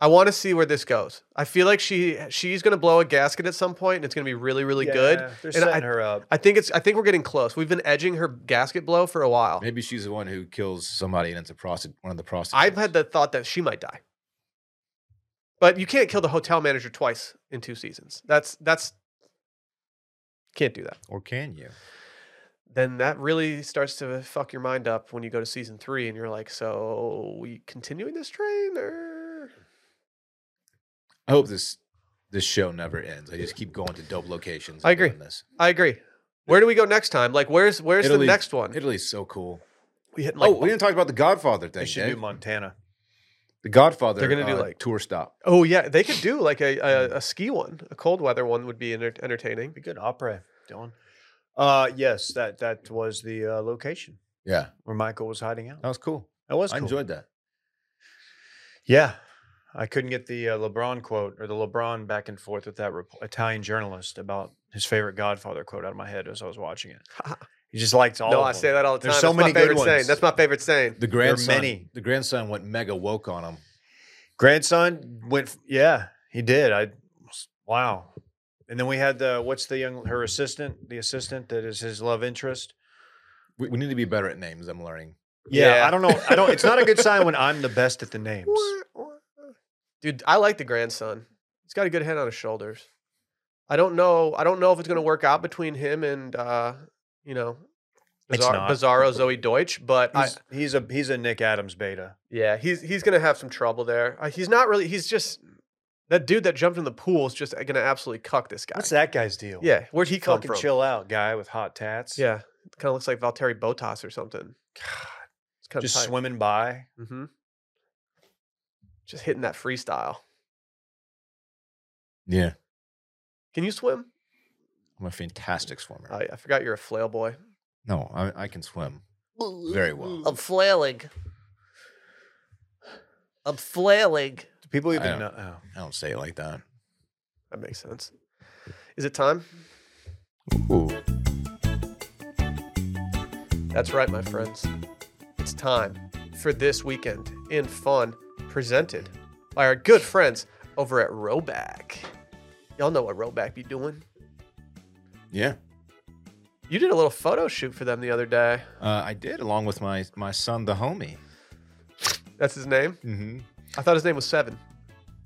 A: I want to see where this goes. I feel like she she's gonna blow a gasket at some point, and it's gonna be really really good.
B: Yeah, They're
A: And I-
B: setting her up.
A: I think it's. I think we're getting close. We've been edging her gasket blow for a while.
C: Maybe she's the one who kills somebody and it's a prostitute, one of the prostitutes.
A: I've had the thought that she might die. But you can't kill the hotel manager twice in two seasons. That's that's can't do that.
C: or can you?
A: Then that really starts to fuck your mind up when you go to season three and you're like, so we continuing this train or
C: I hope this this show never ends. I just keep going to dope locations. and
A: I agree.
C: doing This
A: I agree. Where do we go next time? Like where's where's the
C: Italy.
A: next one?
C: Italy's so cool.
A: We hit like
C: oh, we didn't talk about the Godfather
B: They
C: thing.
B: should do
C: Dave.
B: Montana.
C: the Godfather.
A: They're gonna do,
C: uh,
A: like-
C: tour stop.
A: oh yeah, they could do like a,
B: Mm.
A: a, a ski one. A cold weather one would be enter- entertaining.
B: Be good opera, Dylan. Uh, yes, that that was the uh, location
C: Yeah,
B: where Michael was hiding out.
C: that was cool.
B: That was
C: I
B: cool.
C: enjoyed that.
B: Yeah, I couldn't get the uh, LeBron quote or the LeBron back and forth with that rep- Italian journalist about his favorite Godfather quote out of my head as I was watching it. he just liked all.
A: no,
B: of
A: I
B: them.
A: say that all the time.
B: There's so
A: That's my
B: many good
A: favorite saying.
B: ones.
A: That's my favorite saying.
C: The
B: are
C: grandson,
B: many.
C: the grandson went mega woke on him.
B: grandson went f- yeah he did i wow and then we had the what's the young her assistant the assistant that is his love interest
C: We, we need to be better at names. I'm learning.
B: yeah,
A: Yeah.
B: i don't know i don't it's not a good sign when i'm the best at the names
A: Dude, I like the grandson. He's got a good head on his shoulders. I don't know. I don't know if it's going to work out between him and uh, you know,
B: It's
A: Bizar-
B: not.
A: Bizarro Zoe Deutsch. But I,
B: He's, he's a he's a Nick Adams beta.
A: yeah, he's he's going to have some trouble there. Uh, he's not really. He's just that dude that jumped in the pool is just going to absolutely cuck this guy.
B: What's that guy's deal?
A: Yeah, where'd he come
B: fucking
A: from?
B: chill out, guy with hot tats.
A: Yeah, kind of looks like Valteri Botas or something. It's kind
B: just
A: of
B: swimming by.
A: Mm-hmm. Just hitting that freestyle.
C: Yeah,
A: Can you swim?
C: I'm a fantastic swimmer.
A: Oh, yeah, I forgot you're a flail boy.
C: no, I, I can swim very well.
E: I'm flailing. I'm flailing.
B: Do people
C: I
B: even
C: don't-
B: know? Oh.
C: I don't say it like that.
A: That makes sense. Is it time?
C: Ooh.
A: That's right, my friends. It's time for this weekend in fun, presented by our good friends over at Roback. Y'all know what Roback be doing.
C: Yeah,
A: You did a little photo shoot for them the other day.
C: uh, I did along with my my son, the homie.
A: That's his name.
C: Mm-hmm.
A: I thought his name was Seven.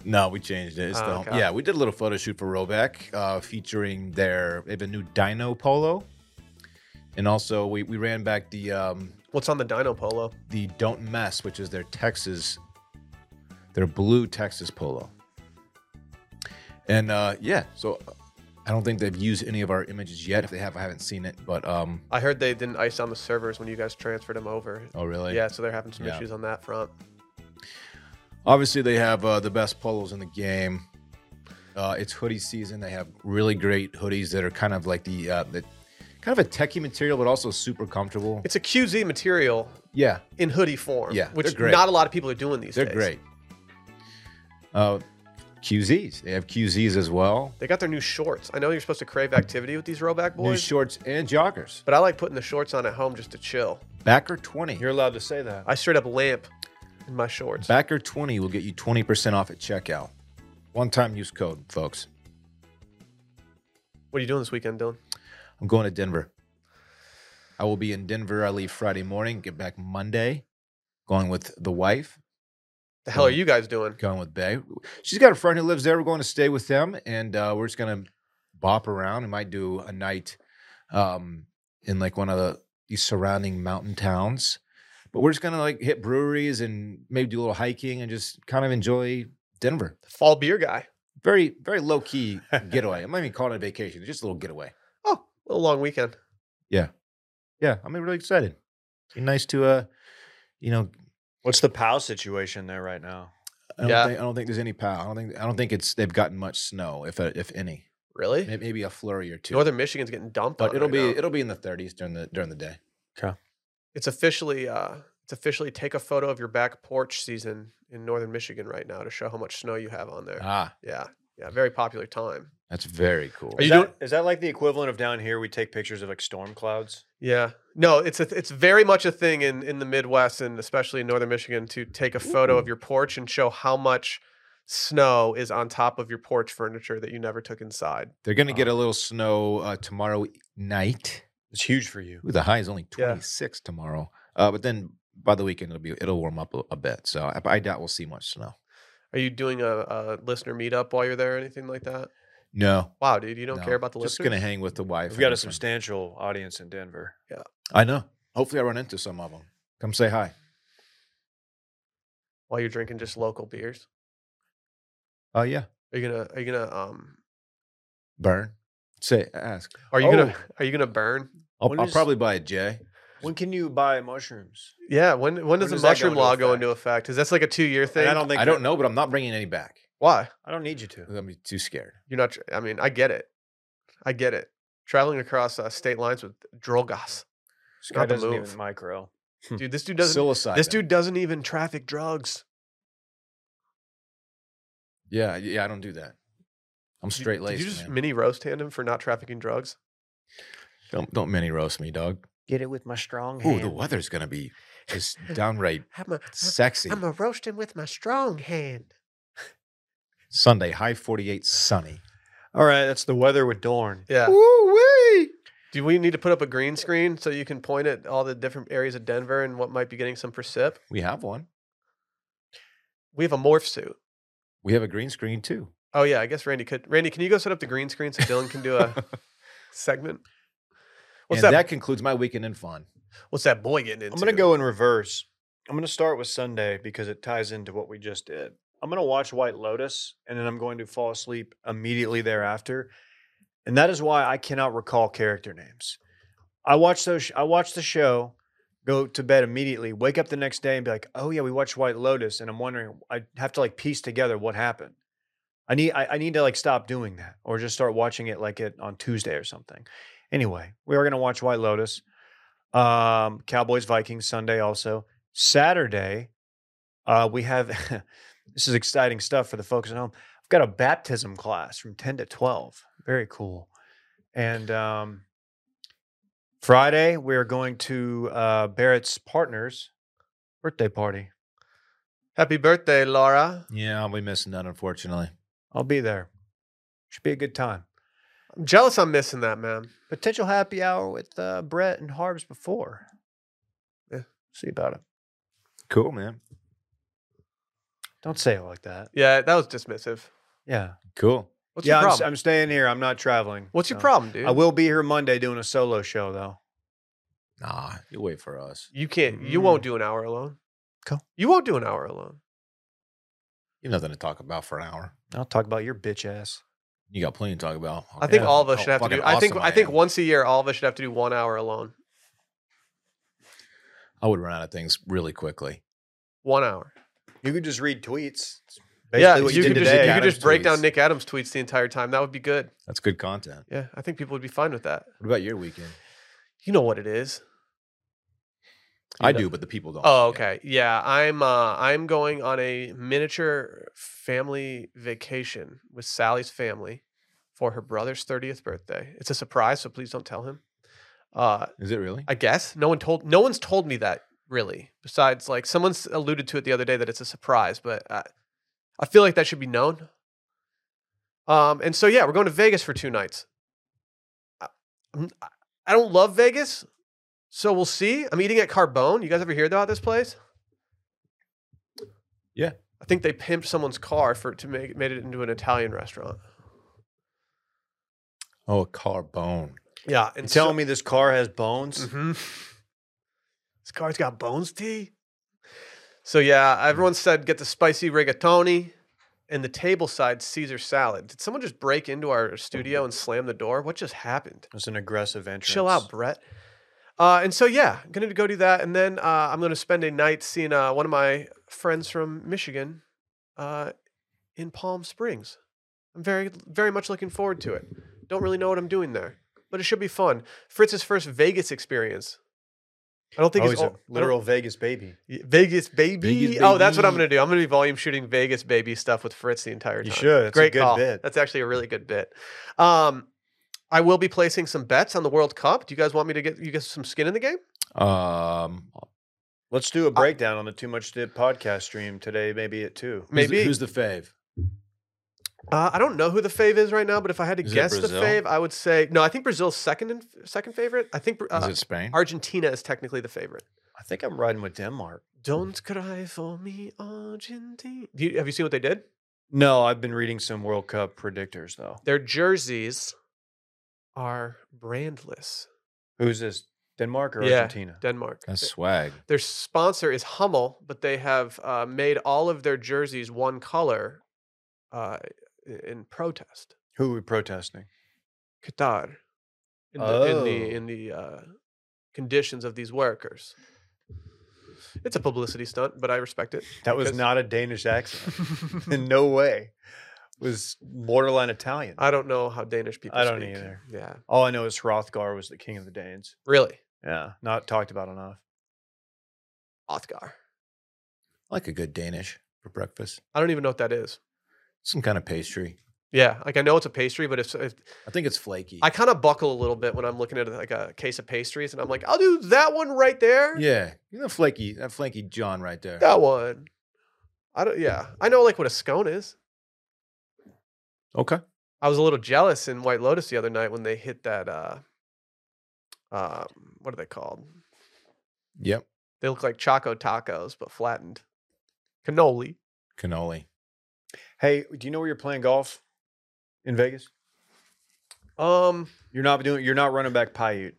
C: No, we changed it. It's
A: Oh,
C: the
A: okay.
C: Yeah, we did a little photo shoot for Robeck, uh, featuring their they have a new Dino Polo, and also we, we ran back the um,
A: What's on the Dino Polo?
C: the Don't Mess, which is their Texas, their blue Texas Polo. And uh, yeah, so I don't think they've used any of our images yet. If they have, I haven't seen it. But um,
A: I heard they didn't ice on the servers when you guys transferred them over.
C: oh really?
A: Yeah, so they're having some
C: Yeah.
A: issues on that front.
C: Obviously, they have uh, the best polos in the game. Uh, it's hoodie season. They have really great hoodies that are kind of like the, uh, the kind of a techie material, but also super comfortable.
A: It's a QZ material
C: Yeah,
A: in hoodie form.
C: Yeah,
A: which
C: they're great.
A: not a lot of people are doing these
C: they're
A: days.
C: great. Uh, QZs. They have QZs as well.
A: They got their new shorts. I know you're supposed to crave activity with these Roback
C: New
A: boys,
C: shorts and joggers.
A: but I like putting the shorts on at home just to chill.
C: Backer 20.
B: You're allowed to say that.
A: I straight up lamp in my shorts.
C: Backer 20 will get you 20% off at checkout. One time use code, folks.
A: What are you doing this weekend, Dylan?
C: I'm going to Denver. I will be in Denver. I leave Friday morning, get back Monday. Going with the wife.
A: The
C: Mm.
A: hell are you guys doing?
C: going with Bay. She's got a friend who lives there. We're going to stay with them, and uh, we're just gonna bop around. We might do a night um, in like one of the these surrounding mountain towns, but we're just gonna like hit breweries and maybe do a little hiking and just kind of enjoy Denver.
A: Fall beer guy.
C: Very very low key getaway. I'm not even calling it a vacation. It's just a little getaway.
A: Oh, a little long weekend.
C: Yeah, I'm really excited. Be nice to uh, you know.
B: What's the POW situation there right now?
C: I don't,
A: Yeah.
C: think, I don't think there's any pow. I don't think I don't think it's they've gotten much snow, if uh, if any.
A: Really?
C: May- Maybe a flurry or two.
A: Northern Michigan's getting dumped
C: but
A: on
C: it'll
A: right
C: be
A: now.
C: it'll be in the 30s during the during the day.
A: it's officially uh it's officially take a photo of your back porch season in northern michigan right now to show how much snow you have on there
C: Ah,
A: yeah yeah very popular time
C: that's very cool.
A: Are
B: Is
A: you
B: that,
A: doing-
B: is that like the equivalent of down here? We take pictures of like storm clouds.
A: yeah no it's a, th- it's very much a thing in in the midwest and especially in northern michigan to take a photo of your porch and show how much snow is on top of your porch furniture that you never took inside
C: They're going to get a little snow uh, tomorrow night.
B: It's huge for you.
C: Ooh, the high is only
A: Yeah.
C: 26 tomorrow. Uh, but then by the weekend it'll be it'll warm up a, a bit. So I, I doubt we'll see much snow.
A: are you doing a, a listener meetup while you're there or anything like that
C: No,
A: wow dude you don't
C: no.
A: care about the
C: Just
A: listeners
C: going to hang with the wife.
B: We've
C: and
B: got a
C: her friend.
B: substantial audience in Denver.
C: I know. Hopefully, I run into some of them. Come say hi.
A: while you're drinking just local beers Uh,
C: Oh yeah,
A: are you gonna are you gonna um
C: burn. Say ask.
A: are you gonna
B: Oh.
A: are you gonna burn
C: I'll,
B: When
C: I'll
B: is-
C: probably buy a J.
B: When can you buy mushrooms?
A: Yeah, when when, does the
B: does that go
A: mushroom
B: into
A: law go into
B: effect?
A: effect? Because that's like a two year thing.
B: And I don't think
C: I don't
B: that-
C: know, but I'm not bringing any back.
A: why
B: I don't need you to.
C: I'm gonna be too scared.
A: you're not. tr- I mean, I get it, I get it. Traveling across uh, state lines with drogas,
B: This
A: not
B: guy
A: the
B: doesn't
A: move.
B: even micro.
A: dude. This dude doesn't.
C: Psilocybin.
A: This dude doesn't even traffic drugs.
C: Yeah, yeah, I don't do that. I'm
A: Did-
C: straight
A: Did
C: laced.
A: you just
C: man.
A: mini roast hand him for not trafficking drugs?
C: Don't don't mini roast me, dog.
E: Get it with my strong
A: Oh,
C: Ooh, the weather's gonna be just downright
E: I'm a,
C: sexy.
E: I'm a roasting with my strong hand.
C: Sunday, high 48, sunny.
B: All right, that's the weather with Dorn.
A: Yeah.
C: Woo wee!
A: Do we need to put up a green screen so you can point at all the different areas of Denver and what might be getting some precip?
C: We have one.
A: We have a morph suit.
C: We have a green screen too.
A: Oh yeah, I guess Randy could. Randy, can you go set up the green screen so Dylan can do a segment? Uh, What's
C: and that?
A: that?
C: concludes my weekend in fun.
A: What's that boy getting into?
B: I'm going to go in reverse. I'm going to start with Sunday because it ties into what we just did. I'm going to watch White Lotus and then I'm going to fall asleep immediately thereafter. And that is why I cannot recall character names. I watch those I watch the show, go to bed immediately, wake up the next day and be like, "Oh yeah, we watched White Lotus." And I'm wondering I have to like piece together what happened. I need I, I need to like stop doing that or just start watching it like it on Tuesday or something. Anyway, we are going to watch White Lotus. Um, Cowboys Vikings Sunday also. Saturday, uh, we have this is exciting stuff for the folks at home. I've got a baptism class from 10 to 12. Very cool. And um, Friday, we are going to uh, Barrett's partner's birthday party.
A: Happy birthday, Laura.
C: Yeah, I'll be missing that unfortunately.
B: I'll be there. Should be a good time.
A: I'm jealous. I'm missing that man.
B: Potential happy hour with uh, Brett and Harbs before.
A: Yeah.
B: See about it.
C: Cool, man.
B: Don't say it like that.
A: Yeah, that was dismissive.
B: Yeah.
C: Cool.
A: What's
B: yeah,
A: your
B: I'm, s-
A: problem?
B: I'm staying here. I'm not traveling.
A: What's your
B: so.
A: problem, dude?
B: I will be here Monday doing a solo show though.
C: Nah, you wait for us.
A: You can't. You won't
B: Mm.
A: do an hour alone.
B: Cool.
A: You won't do an hour alone.
C: You have nothing to talk about for an hour.
B: I'll talk about your bitch ass.
C: You got plenty to talk about.
A: I think
B: Yeah. oh,
A: all of us
C: How
A: should have to do.
C: fucking
A: I think.
C: awesome
A: I think
C: am.
A: once a year, all of us should have to do one hour alone.
C: I would run out of things really quickly.
A: One hour.
B: You could just read tweets. It's
A: yeah,
B: basically
A: you, could
B: did
A: just,
B: today.
A: you could just
C: Adams
A: break down
C: tweets.
A: Nick Adams tweets the entire time. That would be good.
C: That's good content.
A: Yeah, I think people would be fine with that.
C: What about your weekend?
A: You know what it is.
C: I do, but the people don't.
A: Oh,
C: Yeah.
A: okay. Yeah, I'm uh, I'm going on a miniature family vacation with Sally's family for her brother's 30th birthday. It's a surprise, so please don't tell him. Uh,
C: Is it really?
A: I guess no one told no one's told me that really. Besides, like someone's alluded to it the other day that it's a surprise, but I, I feel like that should be known. Um, and so yeah, we're going to Vegas for two nights. I, I'm- I- I don't love Vegas, so we'll see. I'm eating at Carbone. You guys ever hear about this place?
C: Yeah.
A: I think they pimped someone's car for to make made it into an Italian restaurant.
C: oh, a car bone.
A: Yeah,
B: And
A: and
B: tell
A: so-
B: me this car has bones.
A: Mm-hmm. This card's got bones tea. So yeah, everyone said get the spicy rigatoni and the table side Caesar salad. Did someone just break into our studio and slam the door? What just happened?
B: It's an aggressive entrance.
A: Chill out, Brett. Uh, and so yeah, I'm gonna go do that, and then uh, I'm gonna spend a night seeing uh, one of my friends from Michigan uh, in Palm Springs. I'm very very much looking forward to it. Don't really know what I'm doing there, but it should be fun. Fritz's first Vegas experience. I don't think
B: oh,
A: he's
B: he's a
A: all- I don't-
B: literal Vegas baby.
A: Vegas baby.
D: Vegas
A: Oh, that's what I'm
D: baby.
A: gonna do. I'm gonna be volume shooting Vegas baby stuff with Fritz the entire time.
B: You should. It's a
A: Great
B: good
A: call.
B: bit.
A: That's actually a really good bit. Um, I will be placing some bets on the World Cup. Do you guys want me to get you guys some skin in the game?
C: Um,
B: Let's do a breakdown on the Too Much Dip podcast stream today, maybe at two.
C: who's the-
A: Maybe.
C: Who's the fave?
A: Uh, I don't know who the fave is right now, but if I had to
C: Is it
A: guess the
C: Brazil?
A: fave, I would say no. I think Brazil's second in, second favorite. I think uh,
C: Is it Spain?
A: Argentina is technically the favorite.
B: I think I'm riding with Denmark.
A: Don't cry for me, Argentina. Do you, have you seen what they did?
B: No, I've been reading some World Cup predictors though.
A: Their jerseys are brandless.
B: Who's this? Denmark or
A: Yeah.
B: Argentina?
A: Denmark.
C: That's
A: Th-
C: swag.
A: Their sponsor is Hummel, but they have uh, made all of their jerseys one color uh, i- in protest.
B: Who are we protesting?
A: Qatar in the in the
B: Oh.
A: in the uh, conditions of these workers. It's a publicity stunt, but I respect it.
B: That was
A: because-
B: not a Danish accent. In no way. It was borderline Italian.
A: I don't know how Danish people.
B: I don't
A: speak.
B: either.
A: Yeah,
B: All I know is Hrothgar was the king of the Danes.
A: really,
B: Yeah, not talked about enough.
A: Othgar.
C: I like a good Danish for breakfast.
A: I don't even know what that is.
C: Some kind of pastry.
A: Yeah, like I know it's a pastry, but if, if
C: I think it's flaky.
A: I kind of buckle a little bit when I'm looking at like a case of pastries, and I'm like, I'll do that one right there.
C: yeah, you know, flaky. That flaky John right there.
A: that one. I
B: Hmm.
A: don't. Yeah, I know like what a scone is.
C: Okay.
A: I was a little jealous in White Lotus the other night when they hit that. uh uh, what are they called?
C: Yep.
A: They look like choco tacos, but flattened. Cannoli.
C: Cannoli.
B: Hey, do you know where you're playing golf in Vegas?
A: Um,
B: You're not doing. You're not running back Paiute.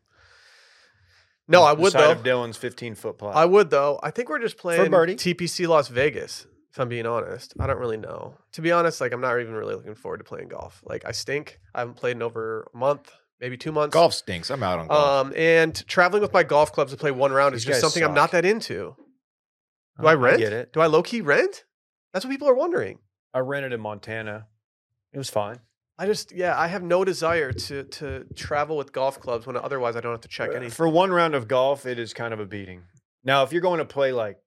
A: no, I would
B: side
A: though.
B: of Dylan's 15 foot putt.
A: I would though. I think we're just playing
B: birdie.
A: TPC Las Vegas. If I'm being honest, I don't really know. To be honest, like I'm not even really looking forward to playing golf. Like I stink. I haven't played in over a month, maybe two months.
C: Golf stinks. I'm out on golf.
A: Um, and traveling with my golf clubs to play one round is
B: These
A: just
B: guys
A: something I'm
B: suck.
A: not that into. Do Uh, I rent?
B: get it.
A: Do I low key rent? That's what people are wondering.
B: I rented in Montana. It was fine.
A: I just yeah, I have no desire to to travel with golf clubs when otherwise I don't have to check
B: Uh,
A: anything.
B: For one round of golf, it is kind of a beating. Now, if you're going to play like,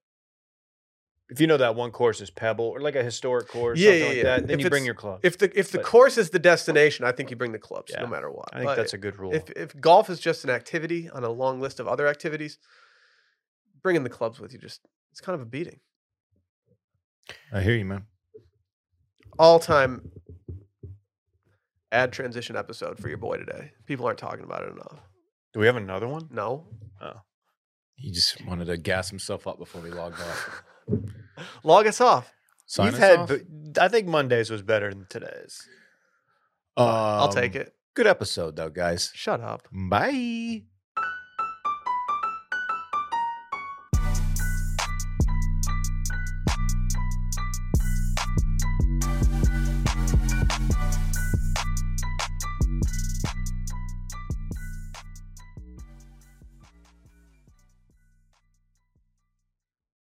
B: if you know that one course is Pebble or like a historic course,
A: Yeah,
B: something
A: yeah,
B: like
A: yeah.
B: that, then
A: If
B: you bring
A: it's-
B: your club.
A: If the if the
B: But-
A: course is the destination, I think you bring the clubs
B: Yeah.
A: no matter what.
B: I think
A: But
B: that's a good rule.
A: if if golf is just an activity on a long list of other activities, bringing the clubs with you just it's kind of a beating. Uh,
C: I hear you, man.
A: All time ad transition episode for your boy today. People aren't talking about it enough.
B: Do we have another one?
A: No,
C: He just wanted to gas himself up before we logged off.
A: log us off.
C: Sign
B: You've
C: us
B: had,
C: off?
B: but I think Monday's was better than today's.
A: I'll take
C: Um,
A: it.
C: Good episode, though, guys.
A: Shut up.
C: Bye.